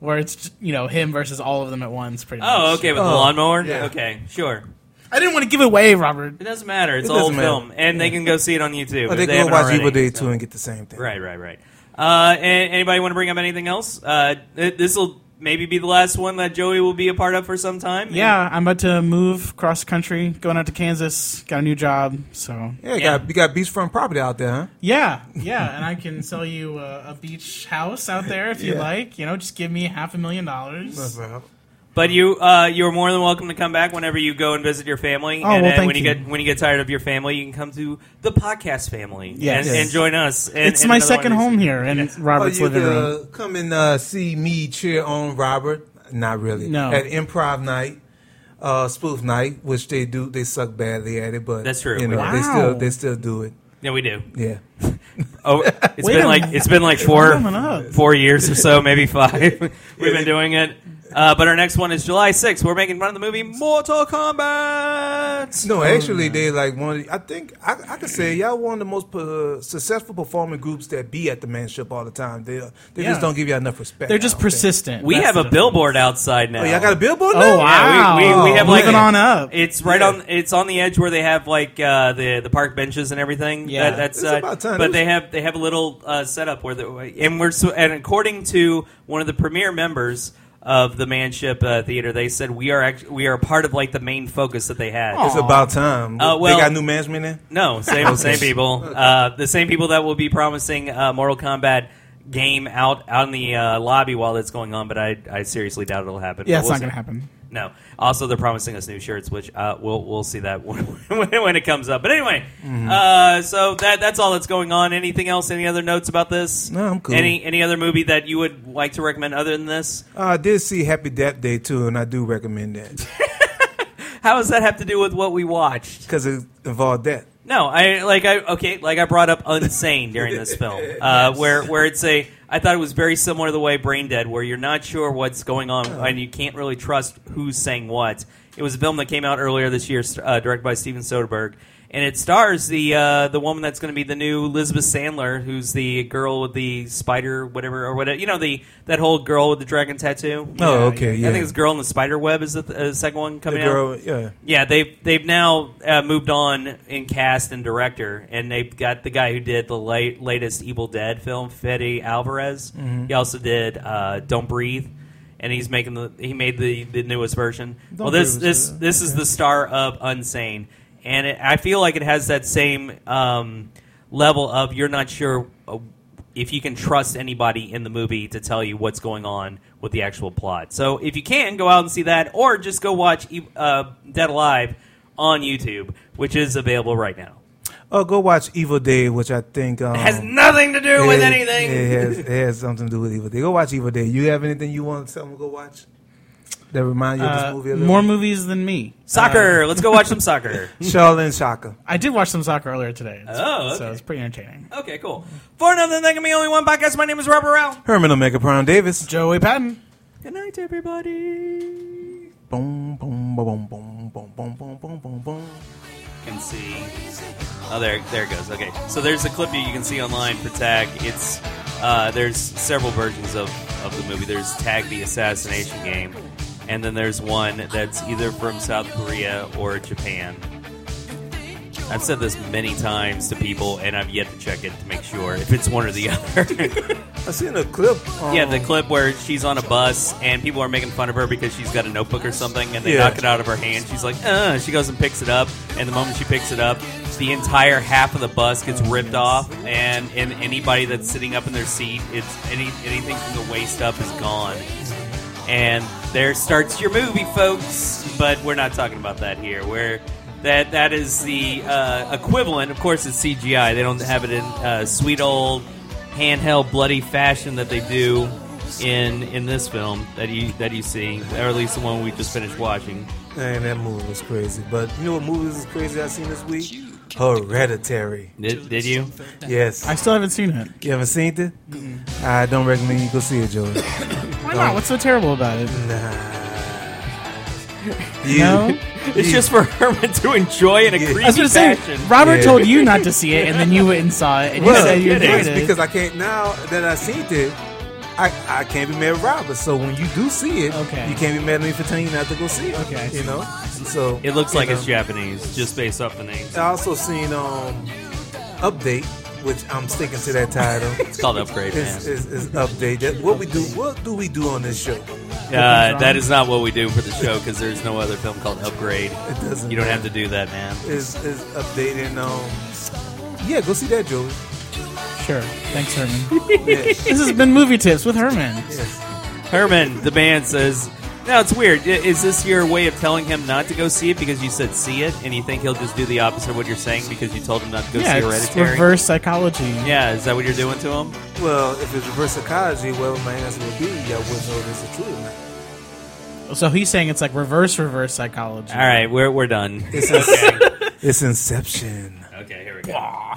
[SPEAKER 3] where it's just, you know him versus all of them at once pretty much.
[SPEAKER 1] Oh, okay, with the
[SPEAKER 2] Oh,
[SPEAKER 1] lawnmower.
[SPEAKER 2] yeah.
[SPEAKER 1] Okay, sure.
[SPEAKER 3] I didn't want to give it away, Robert.
[SPEAKER 1] It doesn't matter. It's
[SPEAKER 2] It
[SPEAKER 1] an old
[SPEAKER 2] doesn't matter.
[SPEAKER 1] film, and they can go see it on YouTube.
[SPEAKER 2] But
[SPEAKER 1] if
[SPEAKER 2] they, go
[SPEAKER 1] haven't
[SPEAKER 2] watch
[SPEAKER 1] already.
[SPEAKER 2] Evil Dead Two and get the same thing.
[SPEAKER 1] Right, right, right. Uh, and anybody want to bring up anything else? Uh, this will maybe be the last one that Joey will be a part of for some time.
[SPEAKER 3] Yeah, I'm about to move cross country, going out to Kansas, got a new job, so
[SPEAKER 2] Yeah, you
[SPEAKER 1] Yeah.
[SPEAKER 2] got you got beachfront property out there, huh?
[SPEAKER 3] yeah, yeah, and I can sell you a, a beach house out there if you
[SPEAKER 2] Yeah.
[SPEAKER 3] like. You know, just give me half a million dollars.
[SPEAKER 1] But you, uh, you're more than welcome to come back whenever you go and visit your family.
[SPEAKER 3] Oh,
[SPEAKER 1] and
[SPEAKER 3] well,
[SPEAKER 1] uh,
[SPEAKER 3] thank
[SPEAKER 1] when you.
[SPEAKER 3] you.
[SPEAKER 1] get when you get tired of your family, you can come to the podcast family.
[SPEAKER 3] Yes.
[SPEAKER 1] and,
[SPEAKER 3] Yes.
[SPEAKER 1] and join us. And,
[SPEAKER 3] It's
[SPEAKER 1] and
[SPEAKER 3] my
[SPEAKER 1] another one
[SPEAKER 3] second
[SPEAKER 1] of these-
[SPEAKER 3] home here in
[SPEAKER 2] Oh,
[SPEAKER 3] Robert's
[SPEAKER 2] you
[SPEAKER 3] living
[SPEAKER 2] could
[SPEAKER 3] room.
[SPEAKER 2] uh, come and uh, see me cheer on Robert. Not really.
[SPEAKER 3] No.
[SPEAKER 2] At improv night, uh, spoof night, which they do, they suck badly at it, but
[SPEAKER 1] That's true.
[SPEAKER 2] You know,
[SPEAKER 3] Wow.
[SPEAKER 2] they still they still do it.
[SPEAKER 1] Yeah, we do.
[SPEAKER 2] Yeah.
[SPEAKER 1] Oh, it's
[SPEAKER 3] Wait
[SPEAKER 1] been
[SPEAKER 3] a
[SPEAKER 1] like
[SPEAKER 3] minute.
[SPEAKER 1] it's been like four
[SPEAKER 3] Coming up.
[SPEAKER 1] four years or so, maybe five. <laughs> We've been doing it. Uh, but our next one is July 6th. We're making fun of the movie Mortal Kombat.
[SPEAKER 2] No, actually, they like one. Of the, I think I, I could say y'all one of the most uh, successful performing groups that be at the manship all the time. They uh, they
[SPEAKER 3] Yeah.
[SPEAKER 2] just don't give y'all enough respect.
[SPEAKER 3] They're
[SPEAKER 2] I
[SPEAKER 3] just
[SPEAKER 2] don't think.
[SPEAKER 3] persistent.
[SPEAKER 1] We
[SPEAKER 3] That's
[SPEAKER 1] have
[SPEAKER 3] the
[SPEAKER 1] a
[SPEAKER 3] difference.
[SPEAKER 1] billboard outside now.
[SPEAKER 2] Oh, y'all got a billboard now.
[SPEAKER 3] Oh wow!
[SPEAKER 1] we- we- we have, like,
[SPEAKER 3] Moving on up.
[SPEAKER 1] It's right
[SPEAKER 2] Yeah.
[SPEAKER 1] on. It's on the edge where they have like uh, the the park benches and everything.
[SPEAKER 3] Yeah.
[SPEAKER 1] that, that's
[SPEAKER 2] It's
[SPEAKER 1] uh,
[SPEAKER 2] about time. It
[SPEAKER 1] But
[SPEAKER 2] was-
[SPEAKER 1] they have they have a little uh, setup where the and we're so, and according to one of the premier members. of the Manship uh, Theater, they said we are act- we are part of like the main focus that they had.
[SPEAKER 2] It's about time.
[SPEAKER 1] Uh, well-
[SPEAKER 2] they got new management in.
[SPEAKER 1] No, same same people. Uh, the same people that will be promising uh, Mortal Kombat game out out in the uh, lobby while that's going on. But I I seriously doubt it'll happen.
[SPEAKER 3] Yeah,
[SPEAKER 1] But
[SPEAKER 3] it's
[SPEAKER 1] we'll
[SPEAKER 3] not
[SPEAKER 1] see.
[SPEAKER 3] going to happen.
[SPEAKER 1] No. Also, they're promising us new shirts, which uh, we'll we'll see that <laughs> when, when when it comes up. But anyway,
[SPEAKER 2] Mm-hmm.
[SPEAKER 1] uh, so that that's all that's going on. Anything else? Any other notes about this?
[SPEAKER 2] No, I'm cool.
[SPEAKER 1] Any any other movie that you would like to recommend other than this?
[SPEAKER 2] Uh, I did see Happy Death Day too, and I do recommend that
[SPEAKER 1] How does that have to do with what we watched?
[SPEAKER 2] because it involved that.
[SPEAKER 1] No, I like I okay, like I brought up Unsane during this
[SPEAKER 2] <laughs>
[SPEAKER 1] film, uh, where where it's a I thought it was very similar to the way Brain Dead, where you're not sure what's going on
[SPEAKER 2] Oh.
[SPEAKER 1] and you can't really trust who's saying what. It was a film that came out earlier this year, st- uh, directed by Steven Soderbergh, and it stars the uh, the woman that's going to be the new Elizabeth Sandler, who's the girl with the spider, whatever or whatever. You know the that whole girl with the dragon tattoo.
[SPEAKER 2] Oh, okay, yeah.
[SPEAKER 1] I think it's Girl in the Spider Web is the th- uh, second one
[SPEAKER 2] The
[SPEAKER 1] coming out.
[SPEAKER 2] girl, yeah.
[SPEAKER 1] Yeah, they've they've now uh, moved on in cast and director, and they've got the guy who did the late, latest Evil Dead film, Fede Alvarez.
[SPEAKER 2] Mm-hmm.
[SPEAKER 1] He also did uh, Don't Breathe, and he's making the he made the, the newest version. well, this
[SPEAKER 2] Breathe was
[SPEAKER 1] this this is the star of Unsane, and it, I feel like it has that same um, level of you're not sure uh, if you can trust anybody in the movie to tell you what's going on with the actual plot. So if you can, go out and see that, or just go watch E- uh, Dead Alive on YouTube, which is available right now.
[SPEAKER 2] Oh, go watch Evil Day, which I think um,
[SPEAKER 1] Has nothing to do with
[SPEAKER 2] it-
[SPEAKER 1] anything.
[SPEAKER 2] It has, it has something to do with Evil Day. Go watch Evil Day. You have anything you want someone to go watch that remind you of
[SPEAKER 3] Uh,
[SPEAKER 2] this movie? A little?
[SPEAKER 3] more movies than me.
[SPEAKER 2] Uh.
[SPEAKER 1] Soccer. Let's go watch some
[SPEAKER 2] <laughs>
[SPEAKER 1] soccer.
[SPEAKER 2] Charlene Shaka.
[SPEAKER 3] I did watch some soccer earlier today. It's-
[SPEAKER 1] Oh,
[SPEAKER 3] so
[SPEAKER 1] okay.
[SPEAKER 3] it's pretty entertaining.
[SPEAKER 1] Okay, cool. For another thing, I'm the only one podcast. My name is Robert Rao.
[SPEAKER 2] Herman Omega Prime Davis.
[SPEAKER 3] Joey Patton.
[SPEAKER 1] Good night, everybody.
[SPEAKER 2] Boom, boom, boom, boom, boom, boom, boom, boom, boom, boom.
[SPEAKER 1] can see. Oh, there, there it goes. Okay, so there's a clip that you can see online for Tag. It's uh, there's several versions of, of the movie. There's Tag the Assassination Game, and then there's one that's either from South Korea or Japan. I've said this many times to people, and I've yet to check it to make sure if it's one or the <laughs> other.
[SPEAKER 2] I seen a clip. Um,
[SPEAKER 1] yeah, the clip where she's on a bus and people are making fun of her because she's got a notebook or something, and they
[SPEAKER 2] Yeah.
[SPEAKER 1] knock it out of her hand. She's like, "Uh," she goes and picks it up, and the moment she picks it up, the entire half of the bus gets ripped off, and and anybody that's sitting up in their seat, it's any anything from the waist up is gone. And there starts your movie, folks. But we're not talking about that here. We're that that is the uh, equivalent. Of course, it's CGI. They don't have it in uh, sweet old handheld bloody fashion that they do in in this film that you that you see, or at least the one we just finished watching.
[SPEAKER 2] Man, that movie was crazy. But you know what movies is crazy I seen this week? Hereditary.
[SPEAKER 1] Did, did you?
[SPEAKER 2] Yes.
[SPEAKER 3] I still haven't seen it.
[SPEAKER 2] you haven't seen it? I don't recommend you go see it, Joey.
[SPEAKER 3] Why
[SPEAKER 2] Oh.
[SPEAKER 3] not? What's so terrible about it?
[SPEAKER 2] You, <laughs>
[SPEAKER 3] No?
[SPEAKER 1] It's just for <laughs> Herman to enjoy in a creepy
[SPEAKER 3] I was going to say,
[SPEAKER 1] fashion.
[SPEAKER 3] Robert
[SPEAKER 2] Yeah.
[SPEAKER 3] told you not to see it, and then you went and saw it, and you
[SPEAKER 2] Well,
[SPEAKER 3] said you
[SPEAKER 2] it's
[SPEAKER 3] enjoyed it.
[SPEAKER 2] because I can't now that I seen it. I, I can't be mad at Robert. So when you do see it,
[SPEAKER 3] Okay.
[SPEAKER 2] you can't be mad at me for telling you not to go see it.
[SPEAKER 3] Okay, I see.
[SPEAKER 2] You know? So
[SPEAKER 1] it looks like
[SPEAKER 2] you
[SPEAKER 1] it's
[SPEAKER 2] know.
[SPEAKER 1] Japanese, just based off the name.
[SPEAKER 2] I also seen um update, which I'm sticking to
[SPEAKER 1] <laughs>
[SPEAKER 2] that title.
[SPEAKER 1] It's called Upgrade, man.
[SPEAKER 2] is, is, is update. That- What we do? What do we do on this show?
[SPEAKER 1] Uh, that is not what we do for the show because there's no other film called Upgrade.
[SPEAKER 2] It doesn't.
[SPEAKER 1] You don't have to do that, man.
[SPEAKER 2] Is is updating? Um, yeah, go see that,
[SPEAKER 1] <laughs>
[SPEAKER 2] Joey.
[SPEAKER 3] Sure. Thanks, Herman.
[SPEAKER 2] Yes,
[SPEAKER 3] this has been Movie Tips with Herman.
[SPEAKER 2] yes.
[SPEAKER 1] Herman, the man says, "No, it's weird. I- Is this your way of telling him not to go see it because you said see it, and you think he'll just do the opposite of what you're saying because you told him not to go
[SPEAKER 3] yeah,
[SPEAKER 1] see
[SPEAKER 3] it's
[SPEAKER 1] Hereditary?
[SPEAKER 3] reverse psychology.
[SPEAKER 1] Yeah, is that what you're doing to him?
[SPEAKER 2] Well, if it's reverse psychology, well, my answer would be I wouldn't know if this is true. or not.
[SPEAKER 3] So he's saying it's like reverse reverse psychology. <laughs>
[SPEAKER 1] All right, we're we're done.
[SPEAKER 2] It's, okay. it's Inception.
[SPEAKER 1] Okay, here we go.